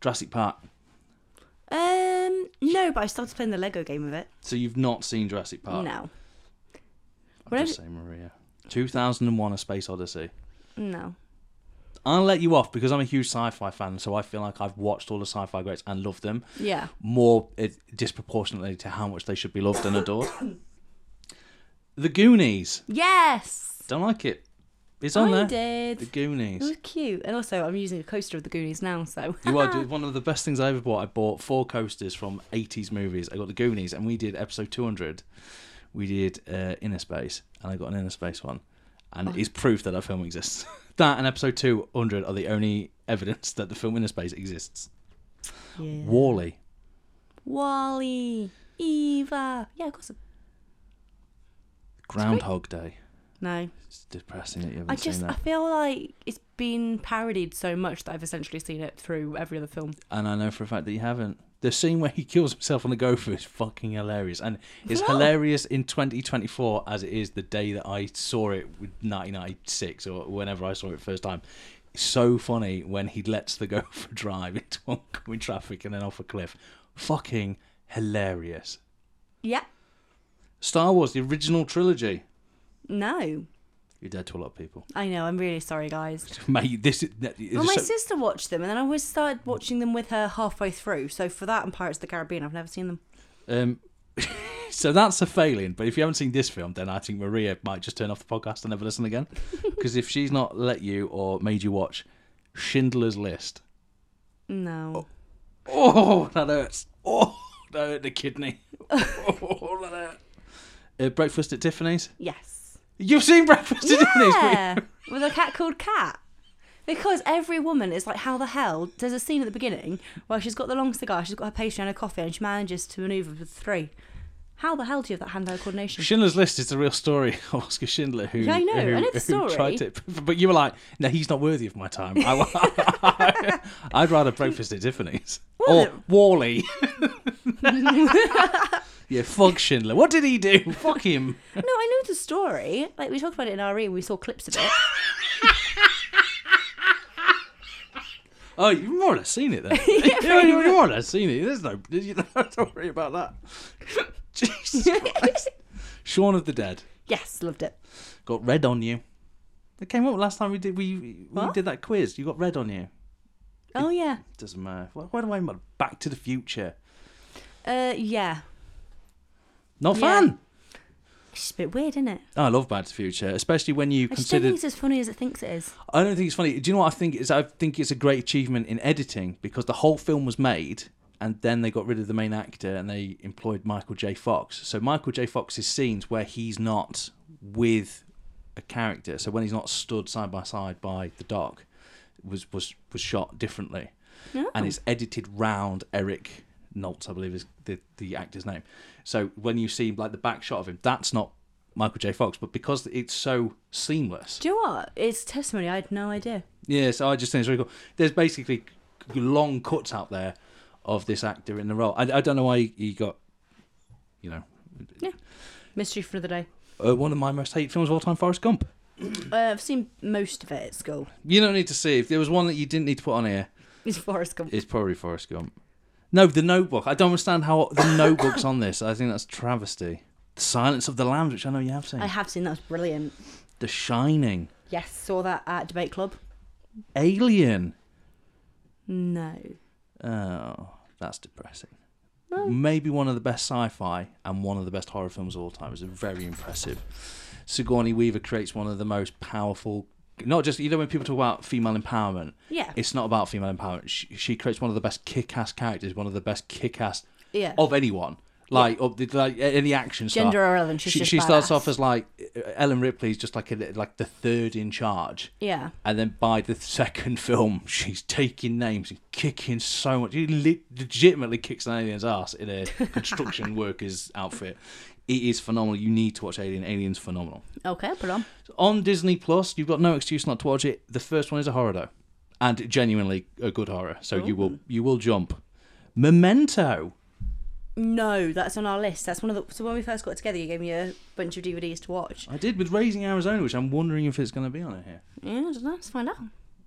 A: Jurassic Park.
B: Um, no, but I started playing the Lego game of it.
A: So you've not seen Jurassic Park?
B: No,
A: Ah. I'm
B: Whatever-
A: just saying, Maria. 2001: A Space Odyssey.
B: no.
A: I'll let you off because I'm a huge sci-fi fan, so I feel like I've watched all the sci-fi greats and loved them
B: Yeah,
A: more eh, disproportionately to how much they should be loved and adored. the Goonies.
B: yes.
A: Don't like it. It's on
B: I
A: there.
B: did.
A: The
B: It
A: Goonies.
B: was cute, and also I'm using a coaster of the Goonies now. So
A: You are dude, one of the best things I ever bought. I bought four coasters from 80s movies. I got the Goonies, and we did episode 200. We did uh, Inner Space, and I got an Inner Space one.
B: Oh.
A: And it's proof that that film exists. that and episode 200 are the only evidence that the film Inner Space exists.
B: yeah.
A: Wally.
B: Wally, Eva. Yeah, of course.
A: Groundhog Day.
B: No,
A: It's depressing that you haven't
B: I just
A: seen
B: I
A: that.
B: feel like it's been parodied so much that I've essentially seen it through every other film.
A: And I know for a fact that you haven't. The scene where he kills himself on the gopher is fucking hilarious. And it's
B: What?
A: hilarious in 2024 as it is the day that I saw it with 1996 or whenever I saw it first time. It's so funny when he lets the gopher drive into oncoming traffic and then off a cliff. Fucking hilarious.
B: Yeah.
A: Star Wars, the original trilogy.
B: No,
A: You're dead to a lot of people.
B: I know. I'm really sorry, guys.
A: Mate, this is. that-
B: Well, my
A: so-
B: sister watched them, and then I always started watching them with her halfway through. So for that and Pirates of the Caribbean, I've never seen them.
A: Um, so that's a failing. But if you haven't seen this film, then I think Maria might just turn off the podcast and never listen again. Because if she's not let you or made you watch Schindler's List,
B: No.
A: oh, that hurts. Oh, that hurt the kidney. Oh, that hurt. Uh, Breakfast at Tiffany's.
B: Yes.
A: You've seen Breakfast at Tiffany's.
B: Yeah. With a cat called Cat. Because every woman is like, how the hell? There's a scene at the beginning where she's got the long cigar, she's got her pastry and her coffee, and she manages to manoeuvre with three. How the hell do you have that hand-eye coordination?
A: Schindler's List is the real story of Oscar Schindler, who
B: Yeah, I know. I
A: who-
B: know the
A: who tried
B: story.
A: to- but you were like, no, he's not worthy of my time. I, would rather breakfast at Tiffany's or
B: Well-
A: Wally. yeah, fuck Schindler. What did he do? Fuck him.
B: no, I know the story. Like we talked about it in RE, and we saw clips of it.
A: Oh, you've more or less seen it then. yeah,
B: pretty
A: you've more or less seen it. There's no, there's- you don't have to worry about that. Jesus Christ. Shaun of the Dead
B: Yes, loved it.
A: got red on you. It came up last time we did we we
B: What?
A: did that quiz. You got red on you.
B: Oh yeah.
A: Doesn't matter. Why, why do I remember Back to the Future?
B: Uh, yeah.
A: Not
B: Yeah.
A: fun.
B: It's just a bit weird, isn't it?
A: I love Back to the Future, especially when you
B: I just don't
A: consider.
B: think it's as funny as it thinks it is.
A: I don't think it's funny. Do you know what I think is? I think it's a great achievement in editing because the whole film was made and then they got rid of the main actor and they employed Michael J. Fox. So Michael J. Fox's scenes where he's not with a character, so when he's not stood side by side by the doc, was was was shot differently, and it's edited round Eric Noltz, I believe is the the actor's name. So when you see like the back shot of him, that's not. Michael J. Fox, but because it's so seamless,
B: Do you know what? It's testimony. I had no idea.
A: yeah, so I just think it's really cool. There's basically long cuts out there of this actor in the role. I, I don't know why he got, you know,
B: Mystery for the day.
A: uh, one of my most hated films of all time, Forrest Gump.
B: Uh, I've seen most of it at school.
A: You don't need to see. If there was one that you didn't need to put on here,
B: It's Forrest Gump.
A: it's probably Forrest Gump. No, The Notebook. I don't understand how The Notebook's on this. I think that's travesty. The Silence of the Lambs, which I know you have seen.
B: I have seen that. was brilliant.
A: the Shining.
B: Yes, saw that at debate club.
A: Alien.
B: No.
A: Oh, that's depressing. Maybe one of the best sci-fi and one of the best horror films of all time. It's very impressive. Sigourney Weaver creates one of the most powerful. Not just you know when people talk about female empowerment,
B: Yeah.
A: it's not about female empowerment. She, she creates one of the best kick-ass characters, one of the best kick-ass
B: Yeah.
A: of anyone. Like of the, like any action star.
B: Gender irrelevant, she's
A: She,
B: just
A: she starts
B: badass.
A: off as like Ellen Ripley's just like a, like the third in charge.
B: yeah.
A: And then by the second film, she's taking names and kicking so much. She le- legitimately kicks an alien's ass in a construction worker's outfit. It is phenomenal. You need to watch Alien. Alien's phenomenal.
B: Okay, put on.
A: On Disney Plus, you've got no excuse not to watch it. The first one is a horror though, and genuinely a good horror. So you will you will jump. Memento.
B: No, that's on our list. That's one of the. So when we first got together, you gave me a bunch of DVDs to watch.
A: I did with Raising Arizona, which I'm wondering if it's going to be on it here.
B: Yeah, I don't know. Let's find out.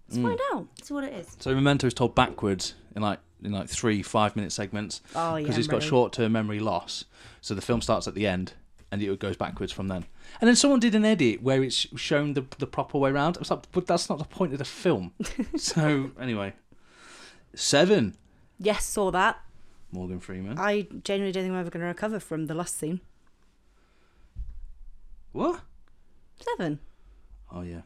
B: Let's
A: Mm.
B: find out. See what it is.
A: So Memento is told backwards in like in like three five minute segments.
B: Oh, yeah,
A: because it's got
B: memory.
A: short term memory loss. So the film starts at the end and it goes backwards from then. And then someone did an edit where it's shown the the proper way round. I was like, but that's not the point of the film. so anyway, seven
B: Yes, saw that.
A: Morgan Freeman.
B: I genuinely don't think I'm ever going to recover from the last scene.
A: what?
B: Seven.
A: Oh yeah.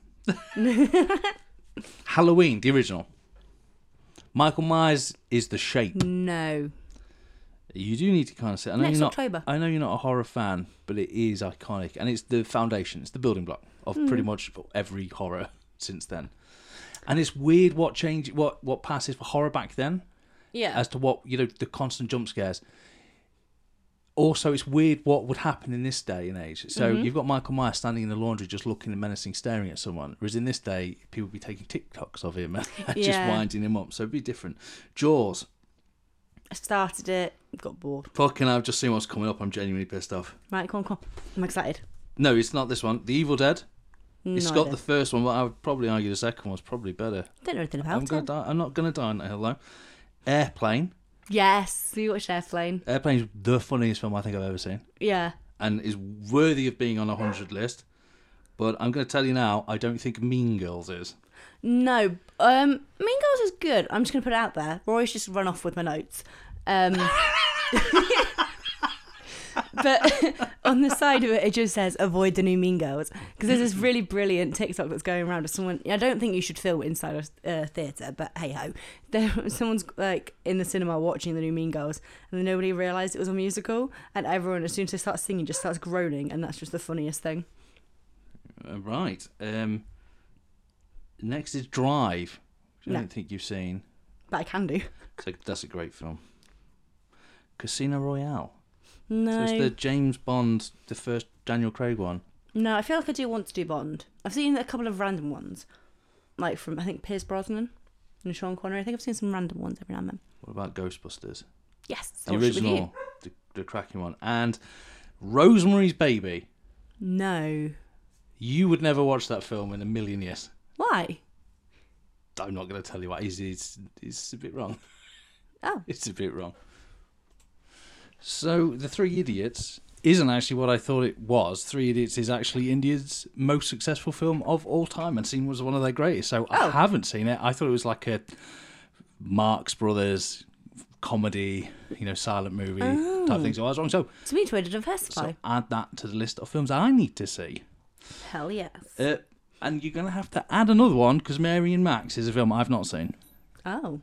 A: Halloween, the original. Michael Myers is the shape.
B: No.
A: You do need to kind of sit. I know
B: Next
A: you're not.
B: October.
A: I know you're not a horror fan, but it is iconic, and it's the foundation. It's the building block of
B: Mm.
A: pretty much every horror since then. And it's weird what change, what what passes for horror back then,
B: Yeah.
A: as to what you know the constant jump scares. Also, it's weird what would happen in this day and age. So
B: Mm-hmm.
A: you've got Michael Myers standing in the laundry, just looking and menacing, staring at someone. Whereas in this day, people would be taking TikToks of him and just
B: Yeah.
A: winding him up. So it'd be different. Jaws,
B: I started it. Got bored.
A: fucking! I've just seen what's coming up. I'm genuinely pissed off.
B: Right, come on, come on. I'm excited.
A: No, it's not this one. The Evil Dead.
B: No
A: It's got the first one, but I would probably argue the second one's probably better.
B: I don't know anything
A: I'm
B: about
A: gonna
B: it.
A: die. I'm not gonna die on that hill though. Airplane.
B: Yes, you watched Airplane.
A: Airplane's the funniest film I think I've ever seen,
B: Yeah.
A: and is worthy of being on a hundred list. But I'm gonna tell you now, I don't think Mean Girls is.
B: No, um, Mean Girls is good. I'm just gonna put it out there. Roy's just run off with my notes. Um, but on the side of it, it just says avoid the new Mean Girls because there's this really brilliant TikTok that's going around of someone. I don't think you should film inside a uh, theatre, but hey ho, there someone's like in the cinema watching the new Mean Girls, and then nobody realised it was a musical, and everyone as soon as they start singing just starts groaning, and that's just the funniest thing.
A: Uh, right. Um. Next is Drive. Which I
B: No.
A: don't think you've seen.
B: But I can do.
A: So that's a great film. Casino Royale. So
B: No,
A: it's the James Bond, the first Daniel Craig one.
B: No, I feel like I do want to do Bond. I've seen a couple of random ones, like from I think Piers Brosnan and Sean Connery. I think I've seen some random ones every now and then.
A: What about Ghostbusters?
B: Yes, I
A: the
B: watched it with you.
A: original, the, the cracking one, and Rosemary's Baby.
B: No,
A: You would never watch that film in a million years.
B: why?
A: I'm not going to tell you why. It's, it's, it's a bit wrong.
B: Oh,
A: It's a bit wrong. So, The Three Idiots isn't actually what I thought it was. Three Idiots is actually India's most successful film of all time and seen was one of their greatest. So I
B: Oh.
A: haven't seen it. I thought it was like a Marx Brothers comedy, you know, silent movie
B: Oh.
A: type thing. So I was wrong. So,
B: So we need to diversify.
A: so add that to the list of films I need to see.
B: Hell yes.
A: Uh, and you're going to have to add another one because Mary and Max is a film I've not seen.
B: Oh.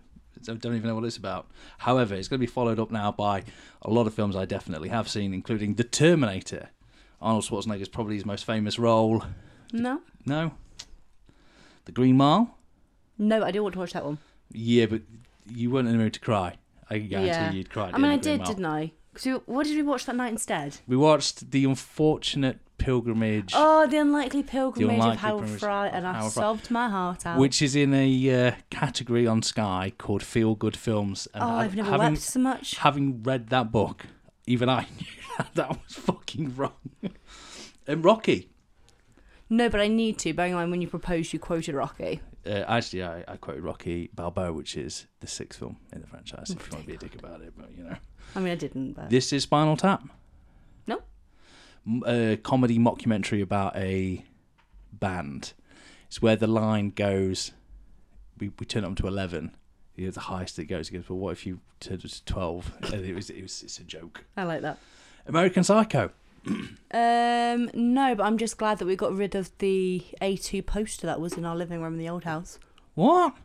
A: I don't even know what it's about. However, it's going to be followed up now by a lot of films I definitely have seen, including The Terminator. Arnold Schwarzenegger's probably his most famous role.
B: No?
A: No? The Green Mile?
B: No, I do want to watch that one.
A: Yeah, but you weren't in the mood to cry. I can guarantee
B: yeah.
A: you'd cry. at
B: I
A: the
B: mean, I
A: end of Green
B: did,
A: Mile.
B: didn't I? So what did we watch that night instead?
A: We watched The Unfortunate Pilgrimage,
B: Oh, the unlikely pilgrimage
A: Unlikely
B: of Howard
A: Pilgrimage
B: Fry,
A: of
B: and I
A: Howard Fry.
B: sobbed my heart out.
A: which is in a uh, category on Sky called Feel Good Films. And
B: oh,
A: ha-
B: I've never
A: having,
B: wept so much.
A: having read that book, even I knew that was fucking wrong. and Rocky.
B: No, but I need to. Bearing in mind when you proposed, you quoted Rocky.
A: Uh, actually, I, I quoted Rocky Balboa, which is the sixth film in the franchise. If you want to be a dick about it, but you know,
B: I mean, I didn't, but
A: this is Spinal Tap,
B: no.
A: m- a comedy mockumentary about a band. It's where the line goes. We, we turn it up to eleven. You know, the highest it goes. It goes. But what if you turned it to twelve? And it was it was it's a joke.
B: I like that.
A: American Psycho.
B: Um, no, but I'm just glad that we got rid of the A2 poster that was in our living room in the old house.
A: What?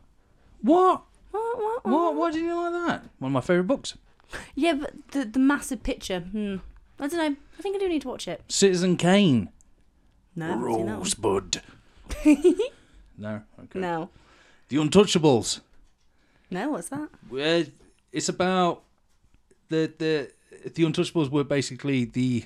A: What?
B: Wah, wah, wah.
A: What? Why do you like that? One of my favorite books.
B: Yeah, but the the massive picture. Hmm. I don't know. I think I do need to watch it.
A: Citizen Kane.
B: No, I haven't seen that one.
A: Rosebud. no. Okay.
B: No,
A: The Untouchables.
B: no. What's that?
A: Uh, it's about the the the Untouchables were basically the.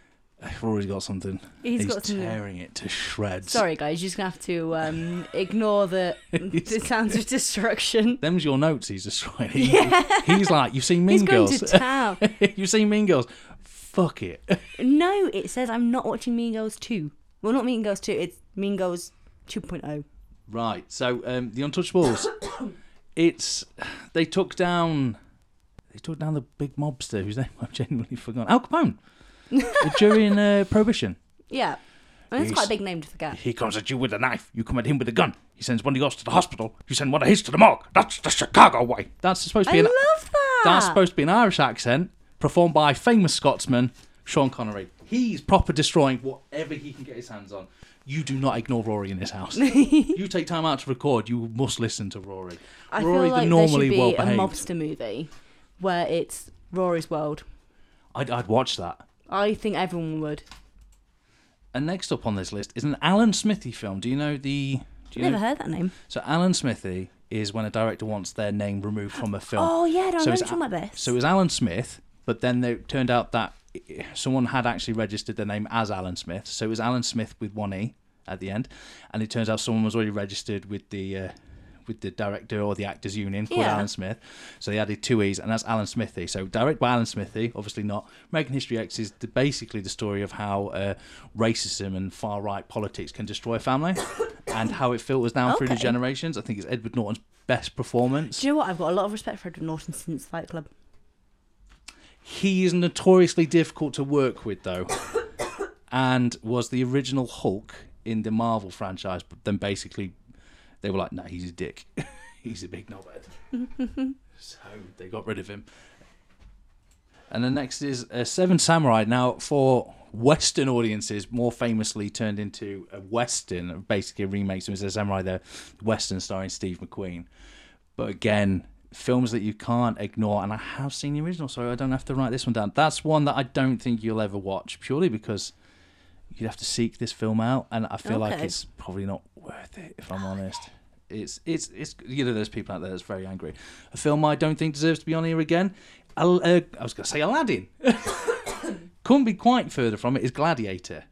A: I've already got something.
B: He's got something.
A: tearing it to shreds.
B: Sorry, guys. You're just gonna have to um, ignore the the sounds of destruction.
A: Them's your notes. He's destroying. He, yeah. He's like, you've seen Mean
B: He's going
A: Girls.
B: to town.
A: you've seen Mean Girls. Fuck it.
B: no, it says I'm not watching Mean Girls two. Well, not Mean Girls two. It's Mean Girls oh. 2.0.
A: Right. So um, the Untouchables. it's they took down. They took down the big mobster whose name I've genuinely forgotten. Al Capone. During uh, Prohibition.
B: Yeah, I mean, it's
A: Yes.
B: quite a big name to forget.
A: He comes at you with a knife. You come at him with a gun. He sends one of yours to the hospital. You send one of his to the morgue. That's the Chicago way. That's supposed to be
B: I
A: an
B: love that.
A: that's supposed to be an Irish accent performed by famous Scotsman Sean Connery. He's proper destroying whatever he can get his hands on. You do not ignore Rory in this house. you take time out to record. You must listen to Rory.
B: I feel
A: Rory, the
B: like there should
A: normally
B: be
A: well
B: a
A: behaved.
B: mobster movie where it's Rory's world.
A: I'd, I'd watch that.
B: I think everyone would.
A: And next up on this list is an Alan Smithy film. Do you know the? Do you
B: Never
A: know-
B: heard that name.
A: So Alan Smithy is when a director wants their name removed from a film.
B: Oh yeah,
A: So
B: no, I remember
A: it's
B: talking
A: a-
B: about this.
A: So it was Alan Smith, but then they- it turned out that someone had actually registered their name as Alan Smith. So it was Alan Smith with one e at the end, and it turns out someone was already registered with the uh, with the director or the actors union called
B: Yeah.
A: Alan Smith. So they added two e's, and that's Alan Smithy. So direct by Alan Smithy, obviously not. American History X is the, basically the story of how uh, racism and far right politics can destroy a family, and how it filters down through the
B: Okay.
A: generations. I think it's Edward Norton's best performance.
B: Do you know what? I've got a lot of respect for Edward Norton since Fight Club.
A: He is notoriously difficult to work with, though, and was the original Hulk in the Marvel franchise. But then basically, they were like, "No, he's a dick. he's a big knobhead." so they got rid of him. And the next is uh, Seven Samurai. Now, for Western audiences, more famously turned into a Western, basically a remake. So it's a Samurai, the Western starring Steve McQueen. But again, films that you can't ignore. And I have seen the original, so I don't have to write this one down. That's one that I don't think you'll ever watch purely because you'd have to seek this film out. And I feel like
B: Okay.
A: it's probably not worth it, if I'm honest. It's it's it's you know there's people out there that's very angry. A film I don't think deserves to be on here again. Al- uh, I was going to say Aladdin. Couldn't be quite further from it. Is Gladiator.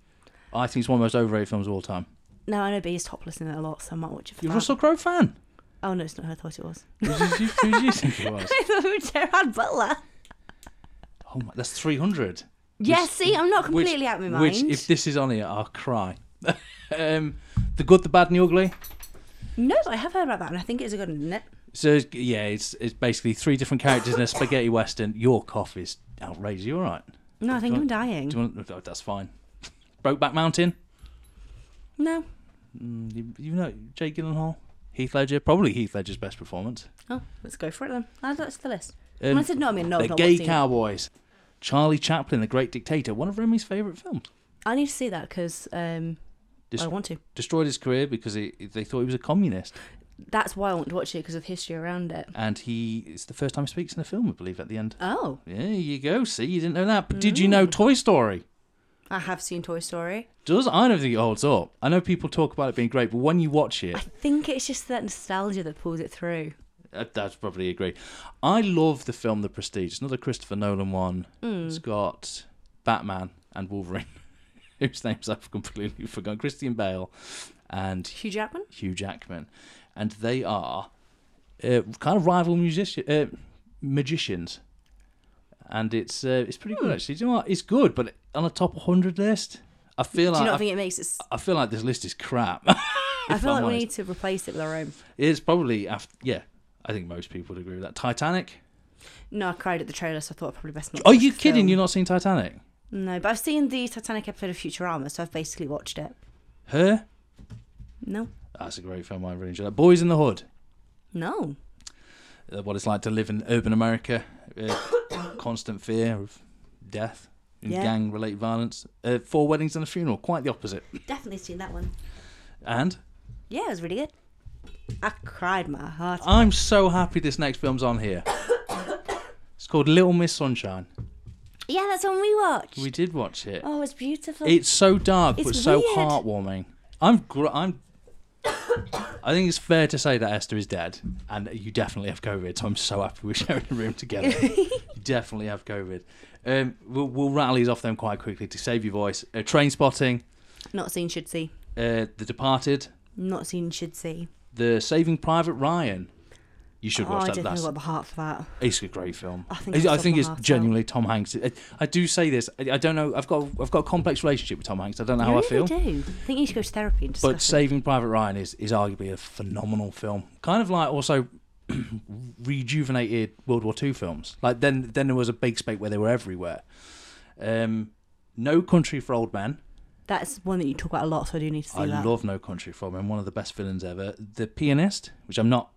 A: I think it's one of the most overrated films of all time.
B: No, I know, but he's topless in it a lot, so I might watch it for
A: You're a
B: that.
A: Russell Crowe fan.
B: Oh no, it's not who I thought it was.
A: Who did you, who did you think it was?
B: I thought it was Gerard Butler.
A: Oh my, that's 300.
B: Yes, see, I'm not
A: Which-
B: completely out of my
A: Which,
B: mind.
A: if this is on here, I'll cry. um, the Good, the Bad, and the Ugly.
B: No, but I have heard about that, and I think it is a good one, isn't it?
A: So it's- yeah, it's it's basically three different characters in a spaghetti western. Your cough is outrageous. You're right.
B: No, I think
A: Do you
B: I'm
A: want-
B: dying.
A: Do you want? oh, That's fine. Brokeback Mountain.
B: No.
A: Mm, you, you know Jake Gyllenhaal, Heath Ledger. Probably Heath Ledger's best performance.
B: Oh, let's go for it then. Add that to the list.
A: Um,
B: when I said no, I mean no.
A: the
B: not
A: Gay
B: what's in it.
A: Cowboys. Charlie Chaplin, The Great Dictator, one of Remy's favourite films.
B: I need to see that because um,
A: Dis-
B: I want to.
A: Destroyed his career because he, they thought he was a communist.
B: That's why I want to watch it because of history around it.
A: And he it's the first time he speaks in a film, I believe, at the end.
B: Oh,
A: Yeah, you go. See, you didn't know that. But did you know Toy Story?
B: I have seen Toy Story.
A: Does I don't think it holds up. I know people talk about it being great, but when you watch it,
B: I think it's just that nostalgia that pulls it through.
A: Uh, That's probably agree. I love the film The Prestige. It's another Christopher Nolan one. It's got Batman and Wolverine, whose names I've completely forgotten. Christian Bale and
B: Hugh Jackman?
A: Hugh Jackman, and they are uh, kind of rival musician uh, magicians, and it's uh, it's
B: Hmm.
A: pretty good actually. Do you know what? It's good, but on a top hundred list, I feel
B: Do you
A: like
B: not
A: I,
B: think it makes it? s-
A: I feel like this list is crap.
B: I
A: if
B: feel
A: I'm
B: like we
A: honest.
B: need to replace it with our own.
A: It's probably after yeah. I think most people would agree with that. Titanic.
B: No, I cried at the trailer, so I thought I probably best not.
A: Are
B: watch
A: you
B: the
A: kidding?
B: film.
A: You're not seeing Titanic?
B: No, but I've seen the Titanic episode of Futurama, so I've basically watched it.
A: Her?
B: No,
A: That's a great film. I really enjoy that. Boys in the Hood.
B: no.
A: Uh, What it's like to live in urban America. Uh, constant fear of death and
B: Yeah.
A: gang related violence. Uh, four weddings and a funeral. Quite the opposite.
B: Definitely seen that one.
A: And
B: Yeah, it was really good. I cried my heart.
A: I'm so happy this next film's on here. It's called Little Miss Sunshine.
B: Yeah, that's one we watched.
A: We did watch it.
B: Oh, it's beautiful.
A: It's so dark, but
B: It's
A: so
B: weird.
A: heartwarming. I'm, gr- I'm. I think it's fair to say that Esther is dead, and you definitely have COVID. So I'm so happy we're sharing a room together. you definitely have COVID. Um, we'll, we'll rattle these off them quite quickly to save your voice. Uh, Train spotting,
B: Not seen, should see.
A: uh, The Departed,
B: Not seen, should see.
A: The Saving Private Ryan. You should
B: Oh, I
A: watch that.
B: definitely
A: That's
B: got the heart for that.
A: it's a great film.
B: I think
A: I,
B: I've
A: I
B: sobbed
A: think
B: my
A: it's
B: heart out.
A: genuinely Tom Hanks. I, I do say this. I, I don't know. I've got I've got a complex relationship with Tom Hanks. I don't know how
B: you
A: I feel.
B: really do. I think you should go to therapy and discuss
A: But Saving Private Ryan is, is arguably a phenomenal film. Kind of like also rejuvenated World War II films. Like then then there was a big spate where they were everywhere. Um, no Country for Old Men.
B: it. That's one that you talk about a lot, so I do need to see
A: I
B: that.
A: love No Country for Old Men. One of the best villains ever. The Pianist, which I'm not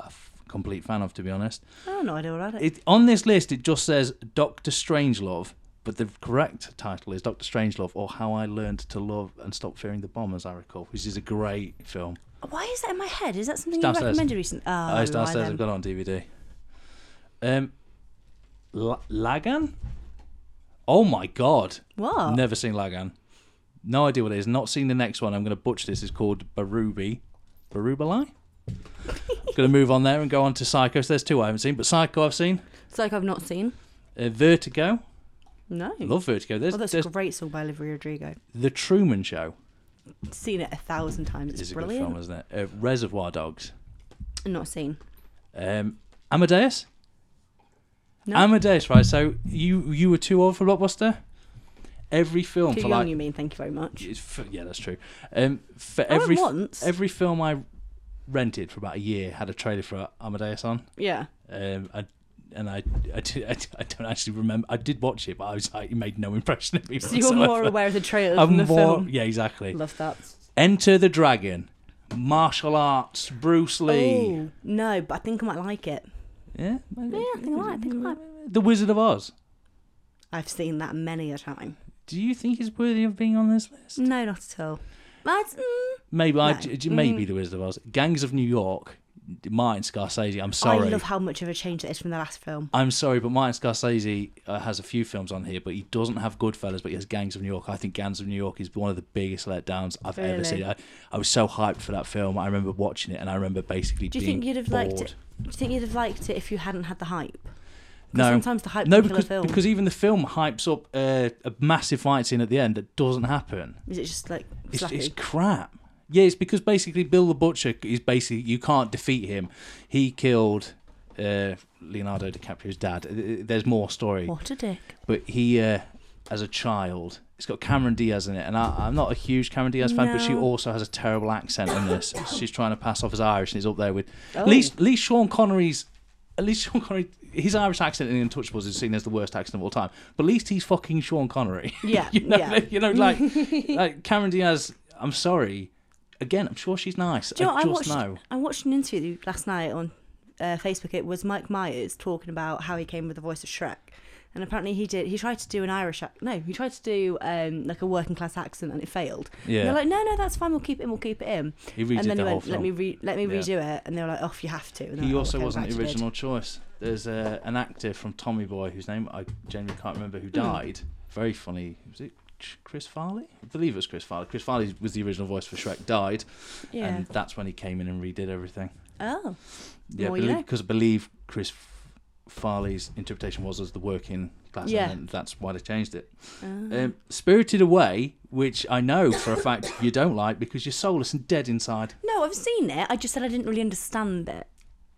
A: a f- complete fan of to be honest.
B: I have no idea what about it.
A: It on this list it just says Doctor Strangelove. But the correct title is Doctor Strangelove or How I Learned to Love and Stop Fearing the Bomb, as I recall, which is a great film.
B: Why is that in my head? Is that something you
A: downstairs.
B: recommended recently? Oh,
A: Oh, it's
B: why
A: downstairs. I've
B: then.
A: got it on DVD. Um, La- Lagan. Oh my god!
B: What?
A: Never seen Lagan. No idea what it is. Not seen the next one. I'm going to butcher this. It's called Barubi. Barubalai. going to move on there and go on to Psycho. So there's two I haven't seen, but Psycho I've seen.
B: It's like I've not seen.
A: Uh, Vertigo.
B: No.
A: Love Vertigo. There's,
B: Oh, that's a
A: there's
B: great song by Olivia Rodrigo.
A: The Truman Show.
B: Seen it a thousand times. It's
A: Is a
B: brilliant.
A: good film, isn't it? Uh, Reservoir Dogs.
B: Not seen.
A: Um, Amadeus.
B: No.
A: Amadeus, right? So you you were too old for blockbuster. Every film
B: Too
A: for
B: young,
A: like
B: you mean? Thank you very much.
A: it's f- yeah, that's true. Um, for
B: I went
A: every f-
B: once.
A: every film I rented for about a year had a trailer for Amadeus on.
B: Yeah.
A: Um, I, and I I, did, I, I don't actually remember. I did watch it, but I was like, it made no impression on me.
B: So you're more
A: whatsoever.
B: aware of the trailer
A: I'm
B: than the
A: more-
B: film.
A: yeah, exactly.
B: Love that.
A: Enter the Dragon, martial arts, Bruce Lee.
B: Oh no, but I think I might like it.
A: Yeah, maybe.
B: Yeah, I think I might. I think I might.
A: The Wizard of Oz.
B: I've seen that many a time.
A: Do you think it's worthy of being on this list?
B: No, not at all. But mm,
A: Maybe I
B: No. Mm.
A: j- j- maybe the Wizard of Oz. Gangs of New York. Martin Scorsese. I'm
B: I
A: sorry.
B: love how much of a change that is from the last film.
A: I'm sorry, but Martin Scorsese uh, has a few films on here, but he doesn't have Goodfellas, but he has Gangs of New York. I think Gangs of New York is one of the biggest letdowns I've ever
B: Really?
A: seen. I, I was so hyped for that film. I remember watching it, and I remember basically
B: Do you
A: being
B: think you'd have
A: bored.
B: liked it? Do you think you'd have liked it if you hadn't had the hype? 'Cause
A: No.
B: Sometimes the hype
A: No,
B: can kill
A: because,
B: a film.
A: because even the film hypes up uh, a massive fight scene at the end that doesn't happen.
B: is it just like
A: It's,
B: slappy?
A: it's crap. Yeah, it's because basically Bill the Butcher is basically you can't defeat him. He killed uh, Leonardo DiCaprio's dad. Uh, There's more story,
B: What a dick.
A: but he uh, as a child. It's got Cameron Diaz in it, and I, I'm not a huge Cameron Diaz fan, but she
B: No.
A: also has a terrible accent in this. She's trying to pass off as Irish, and is up there with
B: Oh.
A: at least at least Sean Connery's at least Sean Connery, his Irish accent in Untouchables is seen as the worst accent of all time. But at least he's fucking Sean Connery.
B: Yeah,
A: you know,
B: yeah.
A: you know, like like Cameron Diaz. I'm sorry. Again, I'm sure she's nice.
B: Do you know
A: I
B: what? I
A: just
B: watched,
A: know.
B: I watched an interview last night on uh, Facebook. It was Mike Myers talking about how he came with the voice of Shrek. And apparently he did. He tried to do an Irish ac- no. He tried to do um, like a working class accent, and it failed. And
A: Yeah.
B: they're like, no, no, that's fine. We'll keep it. in, We'll keep it in.
A: He redid
B: and then
A: the
B: he
A: whole
B: went, let
A: film.
B: me re- let me
A: Yeah.
B: redo it. And they were like, off, you have to. And they're
A: He
B: like,
A: also
B: "Okay,
A: wasn't
B: right,
A: the
B: you did."
A: original choice. There's uh, an actor from Tommy Boy whose name I genuinely can't remember
B: Hmm.
A: who died. Very funny. Was it Ch- Chris Farley? I believe it was Chris Farley. Chris Farley was the original voice for Shrek. Died,
B: Yeah.
A: and that's when he came in and redid everything.
B: oh.
A: Yeah,
B: Well, you know.
A: because I believe Chris F- Farley's interpretation was as the working class,
B: Yeah.
A: and then that's why they changed it.
B: oh.
A: Um, Spirited Away, which I know for a fact you don't like because you're soulless and dead inside.
B: No, I've seen it. I just said I didn't really understand it.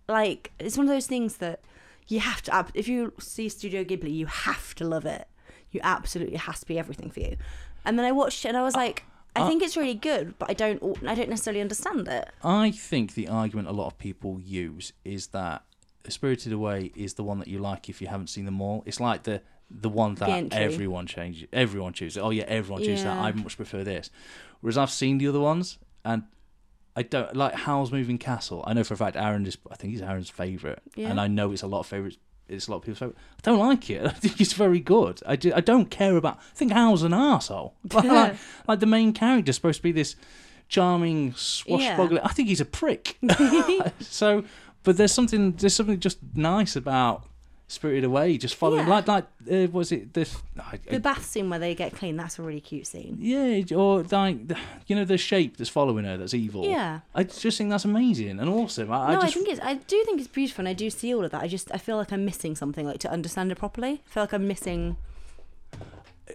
B: Like, it's one of those things that you have to. ab- If you see Studio Ghibli, you have to love it. You absolutely it has to be everything for you. And then I watched it, and I
A: Uh,
B: was like, I think it's really good, but I don't. al- I don't necessarily understand it.
A: I think the argument a lot of people use is that Spirited Away is the one that you like if you haven't seen them all. It's like the the one that
B: entry.
A: everyone changes, everyone chooses. Oh yeah, everyone chooses that.
B: Yeah.
A: I much prefer this. Whereas I've seen the other ones and I don't like Howl's Moving Castle. I know for a fact Aaron is. I think he's Aaron's favorite,
B: Yeah.
A: and I know it's a lot of favorites. It's a lot of people's favorite. I don't like it. I think it's very good. I, do, I don't care about. I think Howl's an asshole. like, like the main character's supposed to be this charming swashbuckler. I think he's a prick. so, but there's something there's something just nice about Spirited Away. Just following
B: Yeah.
A: like like uh, was it the I-
B: The bath scene where they get clean. That's a really cute scene.
A: yeah, or like the- you know the shape that's following her that's evil.
B: Yeah.
A: I just think that's amazing and awesome. I, I
B: no, I
A: just
B: think it's. I do think it's beautiful, and I do see all of that. I just. I feel like I'm missing something, like to understand it properly. I feel like I'm missing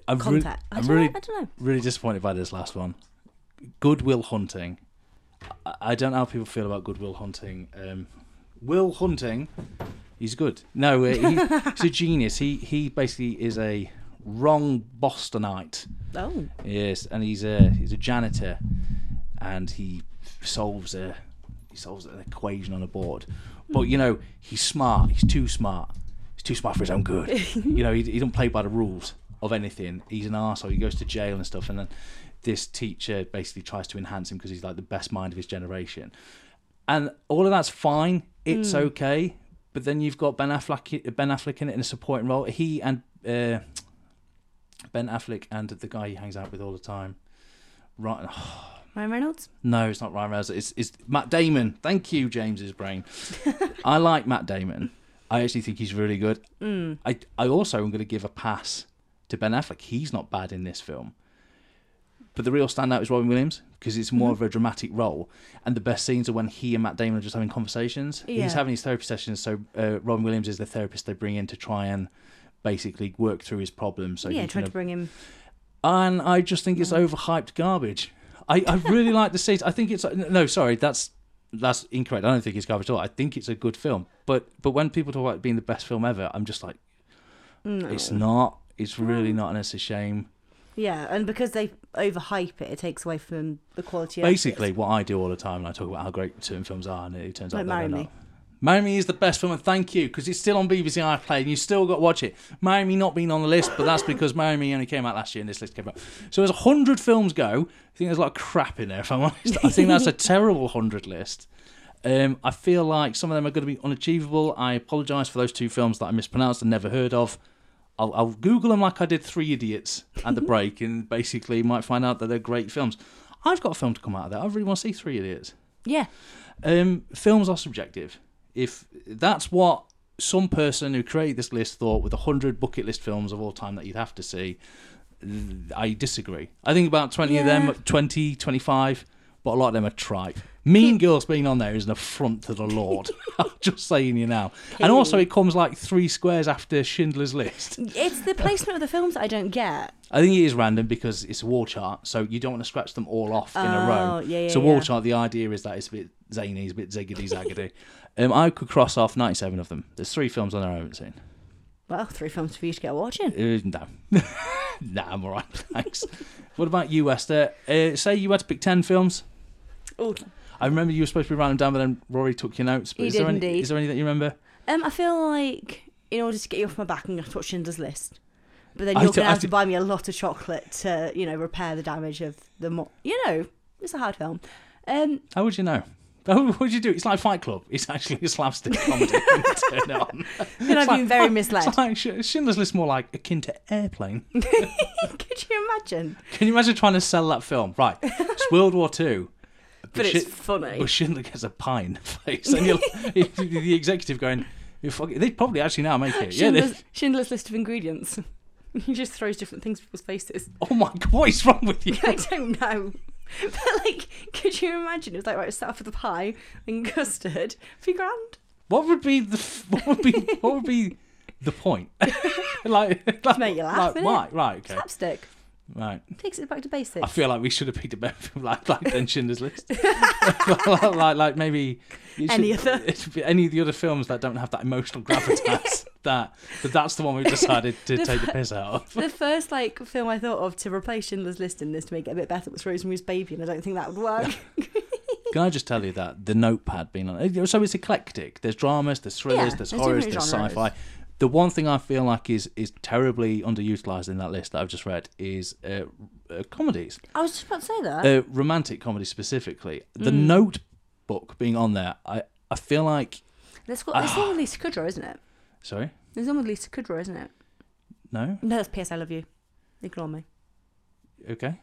A: I'm, re-
B: contact. I
A: I'm
B: don't know,
A: really
B: I don't know.
A: really disappointed by this last one. Goodwill Hunting. I, I don't know how people feel about Goodwill Hunting. Um, Will Hunting, he's good. No, uh, he, he's a genius. He he basically is a wrong Bostonite.
B: Oh,
A: Yes, and he's a he's a janitor, and he solves a he solves an equation on a board. But you know he's smart. He's too smart. He's too smart for his own good. you know he, he doesn't play by the rules of anything. He's an arsehole. He goes to jail and stuff. And then this teacher basically tries to enhance him because he's like the best mind of his generation. And all of that's fine. It's okay. But then you've got Ben Affleck Ben Affleck in it in a supporting role. He and uh, Ben Affleck and the guy he hangs out with all the time. Right?
B: Ryan Reynolds.
A: No, it's not Ryan Reynolds. It's, it's Matt Damon. Thank you, James's brain. I like Matt Damon. I actually think he's really good.
B: Hmm.
A: I I also am going to give a pass to Ben Affleck. He's not bad in this film. But the real standout is Robin Williams because it's more of
B: Mm-hmm.
A: a dramatic role, and the best scenes are when he and Matt Damon are just having conversations.
B: Yeah.
A: He's having his therapy sessions, so uh, Robin Williams is the therapist they bring in to try and basically work through his problems. So
B: yeah,
A: he
B: trying
A: can
B: to bring him.
A: and I just think it's overhyped garbage. I, I really like the scenes. I think it's no, sorry, that's that's incorrect. I don't think it's garbage at all. I think it's a good film. But but when people talk about it being the best film ever, I'm just like, it's not. It's really not, and it's a shame.
B: Yeah, and because they overhype it, it takes away from the quality. of it.
A: Basically, what I do all the time, and I talk about how great certain films are, and it turns out
B: Like
A: they're
B: Marry
A: not.
B: Me.
A: Marry Me is the best film, and thank you, because it's still on BBC iPlayer, and you still got to watch it. Marry Me not being on the list, but that's because Marry Me only came out last year, and this list came out. So as 100 films go, I think there's a lot of crap in there, if I'm honest. I think that's a terrible 100 list. Um, I feel like some of them are going to be unachievable. I apologise for those two films that I mispronounced and never heard of. I'll, I'll Google them like I did Three Idiots at the break, and basically might find out that they're great films. I've got a film to come out of that. I really want to see Three Idiots.
B: Yeah,
A: Um, films are subjective. If that's what some person who created this list thought with 100 bucket list films of all time that you'd have to see, th- I disagree. I think about 20 of
B: Yeah.
A: them, 20, 25, but a lot of them are tripe. Mean Girls being on there is an affront to the Lord. I'm just saying you now. And also, it comes like three squares after Schindler's List.
B: it's the placement of the films that I don't get.
A: I think it is random because it's a wall chart, so you don't want to scratch them all off in a row.
B: Oh, yeah, yeah,
A: so wall
B: yeah.
A: chart, the idea is that it's a bit zany, it's a bit ziggity zaggedy. um, I could cross off ninety-seven of them. There's three films on there I haven't seen.
B: Well, three films for you to get watching.
A: Uh, no, nah, I'm alright, thanks. what about you, Esther? Uh, say you had to pick ten films.
B: Oh,
A: I remember you were supposed to be writing them down, but then Rory took your notes. But
B: He
A: is
B: did
A: there any,
B: indeed.
A: Is there any that you remember?
B: Um, I feel like in order to get you off my back, I'm going to watch Schindler's List. But then
A: I
B: you're
A: d-
B: going
A: I
B: to have
A: d-
B: to buy me a lot of chocolate to, you know, repair the damage of the. Mo- you know, it's a hard film. Um,
A: How would you know? How would you do? It's like Fight Club. It's actually a slapstick comedy. when you turn it on.
B: and I've
A: like-
B: been very misled.
A: It's like Sch- Schindler's List more like akin to Airplane.
B: Could you imagine?
A: Can you imagine trying to sell that film? Right, it's World War Two.
B: But it's
A: Schi-
B: funny.
A: But Schindler gets a pie in the face, and you're, the executive going, "You fuck it." "They probably actually now make it." Yeah, they,
B: Schindler's, Schindler's List of ingredients. he just throws different things at people's faces.
A: oh my god, what is wrong with you?
B: I don't know. But like, could you imagine? It was like right, start off with a pie and custard for your grand.
A: What would be the f- what would be what would be the point? like, like,
B: make you laugh,
A: like
B: innit?
A: why? Right, okay,
B: Slapstick
A: right.
B: takes it back to basics.
A: I feel like we should have picked a better film like like than Schindler's List. like, like like maybe it should-
B: Any other.
A: it should be any of the other films that don't have that emotional gravitas. that but that's the one we decided to
B: The
A: take the piss out of.
B: the first like film I thought of to replace Schindler's List in this to make it a bit better was Rosemary's Baby, and I don't think that would work.
A: Can I just tell you that the Notepad being on? eh, So it's eclectic. There's dramas, there's thrillers,
B: Yeah,
A: there's
B: there's
A: horrors,
B: different
A: there's
B: genres.
A: sci-fi. The one thing I feel like is is terribly underutilized in that list that I've just read is uh, uh, comedies,
B: I was just about to say that.
A: uh, romantic comedy specifically. The
B: Mm.
A: Notebook being on there, I I feel like
B: There's got
A: ah.
B: there's one with Lisa Kudrow, isn't it?
A: sorry,
B: There's one with Lisa Kudrow, isn't it?
A: no,
B: No, that's P.S. I Love You. Ignore me.
A: okay,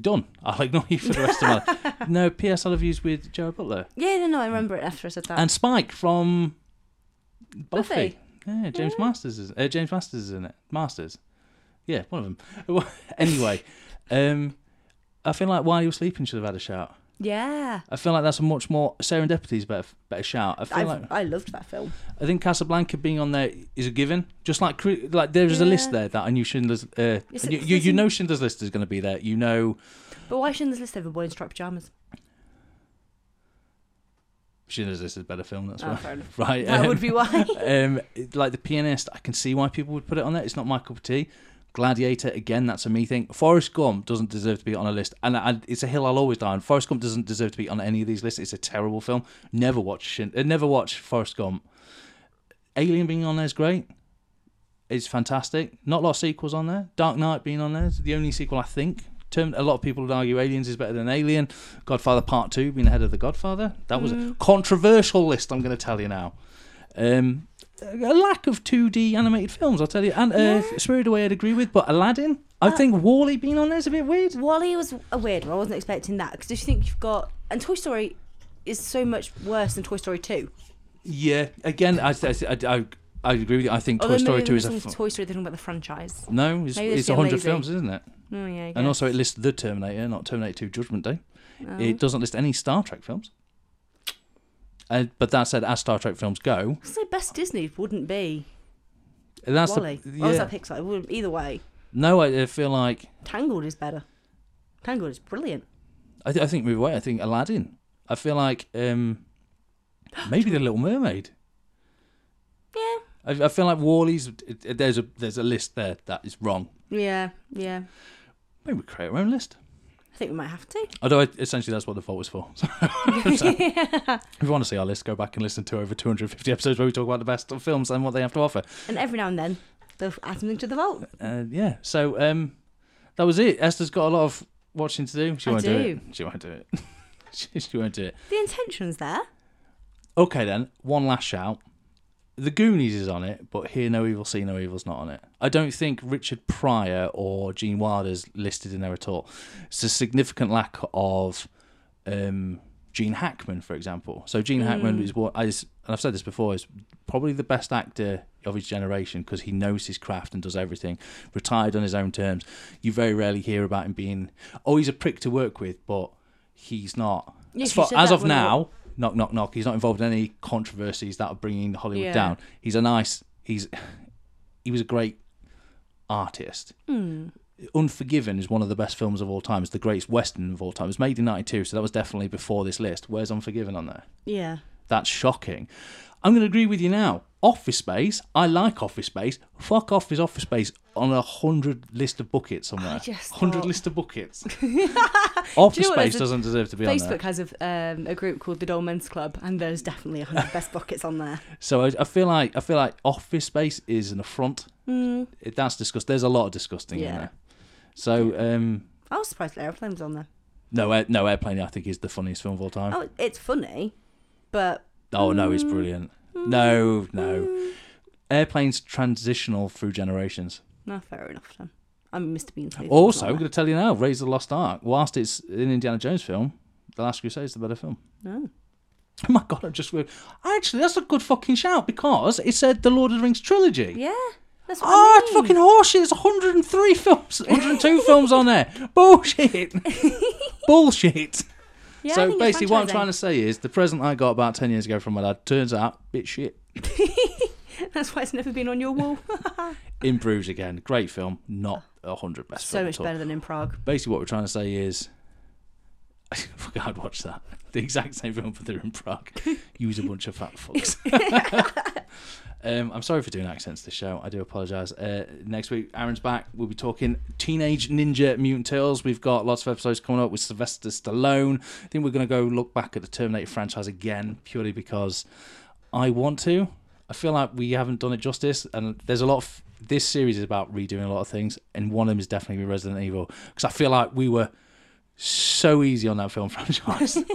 A: done. I'll ignore you for the rest of my life. No, P.S. I love yous with Joe Butler
B: Yeah, no, no, I remember it after I said that.
A: and Spike from Buffy.
B: Uh, Buffy.
A: Yeah, James Masters is uh, James Masters is in it. Masters, yeah, one of them. anyway, um, I feel like while you were sleeping, should have had a shout.
B: yeah,
A: I feel like that's a much more Serendipity's better better shout. I feel
B: I
A: like
B: I loved that film.
A: I think Casablanca being on there is a given. Just like Cru- like there is a
B: Yeah.
A: list there that I knew Schindler's. Uh,
B: Yes,
A: and you,
B: it's-
A: you you
B: it's-
A: know Schindler's List is going to be there. You know
B: But why shouldn't this list have a boy in striped pajamas?
A: Schindler's List is a better film. That's
B: Oh,
A: why.
B: fair enough.
A: right.
B: That
A: um,
B: would be why.
A: um, like the pianist, I can see why people would put it on there. It's not my cup of tea. Gladiator, again, that's a me thing. Forrest Gump doesn't deserve to be on a list, and I, it's a hill I'll always die on. Forrest Gump doesn't deserve to be on any of these lists. It's a terrible film. Never watch, Shin- uh, never watch Forrest Gump. Alien being on there is great. It's fantastic. Not a lot of sequels on there. Dark Knight being on there is the only sequel I think. Term- a lot of people would argue Aliens is better than Alien. Godfather Part Two being ahead of the Godfather. That was a controversial list. I'm going to tell you now. Um, a lack of 2D animated films, I'll tell you. And uh, Spirited Away, I'd agree with, but Aladdin. I think Wally being on there is a bit weird.
B: Wally was a weird one. I wasn't expecting that because if you think you've got and Toy Story is so much worse than Toy Story Two.
A: Yeah, again, I I, I, I agree with you. I think
B: Although
A: Toy Story
B: maybe
A: Two
B: they're
A: is a
B: listening
A: f-
B: to Toy Story. They're talking about the franchise.
A: no, it's,
B: Maybe they
A: it's
B: feel
A: hundred
B: lazy.
A: films, isn't it?
B: Oh yeah. I
A: And
B: guess.
A: also, it lists the Terminator, not Terminator Two: Judgment Day. It doesn't list any Star Trek films. Uh, but that said, as Star Trek films go,
B: I'd say best Disney wouldn't be
A: that's
B: Wally.
A: the
B: Or was
A: yeah.
B: that Pixar? It wouldn't- Either way,
A: no. I, I feel like
B: Tangled is better. Tangled is brilliant.
A: I, th- I think move away. I think Aladdin. I feel like um, maybe the Little Mermaid.
B: Yeah.
A: I, I feel like Wally's. it- it- There's a there's a list there that is wrong.
B: Yeah. Yeah.
A: Maybe we create our own list.
B: I think we might have to.
A: Although I, essentially that's what the vote was for. So, If you want to see our list, go back and listen to over 250 episodes where we talk about the best of films and what they have to offer.
B: And every now and then they'll add something to the vault.
A: Uh, yeah. So um, that was it. Esther's got a lot of watching to do. She
B: I
A: won't do.
B: do.
A: it. She won't do it. she, she won't do it.
B: The intention's there.
A: Okay then. One last shout. The Goonies is on it, but Hear No Evil, See No Evil's not on it. I don't think Richard Pryor or Gene Wilder's listed in there at all. It's a significant lack of um, Gene Hackman, for example. So Gene
B: Hmm.
A: Hackman is what I and I've said this before is probably the best actor of his generation because he knows his craft and does everything. Retired on his own terms. You very rarely hear about him being oh he's a prick to work with, but he's not.
B: Yes,
A: as far-
B: you said
A: as
B: that
A: of
B: when I-
A: now, knock knock knock. He's not involved in any controversies that are bringing Hollywood
B: Yeah.
A: down. He's a nice. He's he was a great artist.
B: Hmm.
A: Unforgiven is one of the best films of all time. It's the greatest western of all time. It was made in '92, so that was definitely before this list. Where's Unforgiven on there?
B: Yeah.
A: That's shocking. I'm going to agree with you now. Office Space. I like Office Space. Fuck off is Office Space on a hundred list of buckets somewhere.
B: just
A: hundred
B: thought-
A: list of buckets. office
B: what?
A: Space
B: There's a-
A: doesn't deserve to be on there.
B: Facebook has a, um, a group called the Dole Men's Club, and there's definitely 100 best buckets on there.
A: So I, I feel like I feel like Office Space is an affront. It, that's disgust. There's a lot of disgusting in
B: Mm. Yeah.
A: there. So um,
B: I was surprised that Aeroplane was on there.
A: no, Air- no airplane. I think is the funniest film of all time.
B: Oh, mm. it's funny, but
A: Oh no, it's brilliant. No,
B: Mm.
A: no. Airplanes transitional through generations.
B: no, fair enough then. I'm Mr. Bean. too.
A: Also, I'm going to tell you now, Raise the Lost Ark. Whilst it's an Indiana Jones film, The Last Crusade is the better film.
B: No.
A: Oh my god, I'm just weird. Actually, that's a good fucking shout because it said the Lord of the Rings trilogy.
B: Yeah, that's what
A: Oh, it's
B: I mean.
A: fucking horseshit. There's 103 films, 102 films on there. Bullshit. Bullshit.
B: Yeah, I
A: so
B: think it's
A: basically, what I'm
B: franchising.
A: trying to say is the present I got about 10 years ago from my dad turns out bit shit.
B: That's why it's never been on your wall.
A: In Bruges again, great film, not a 100 best
B: so
A: film
B: much
A: at all.
B: better than in Prague.
A: Basically, what we're trying to say is, I forgot I'd watch that. The exact same film, but they're in Prague. Use a bunch of fat fucks. um, I'm sorry for doing accents this show. I do apologise. Uh, next week, Aaron's back. We'll be talking Teenage Ninja Mutant Turtles. We've got lots of episodes coming up with Sylvester Stallone. I think we're going to go look back at the Terminator franchise again, purely because I want to. I feel like we haven't done it justice, and there's a lot of this series is about redoing a lot of things, and one of them is definitely Resident Evil because I feel like we were so easy on that film franchise.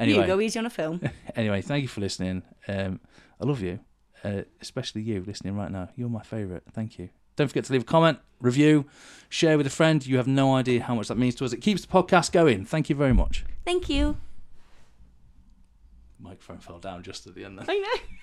B: You go
A: anyway,
B: easy on a film.
A: anyway, thank you for listening. Um, I love you, uh, especially you listening right now. You're my favourite. Thank you. Don't forget to leave a comment, review, share with a friend. You have no idea how much that means to us. It keeps the podcast going. Thank you very much.
B: Thank you.
A: Microphone fell down just at the end. There.
B: I know.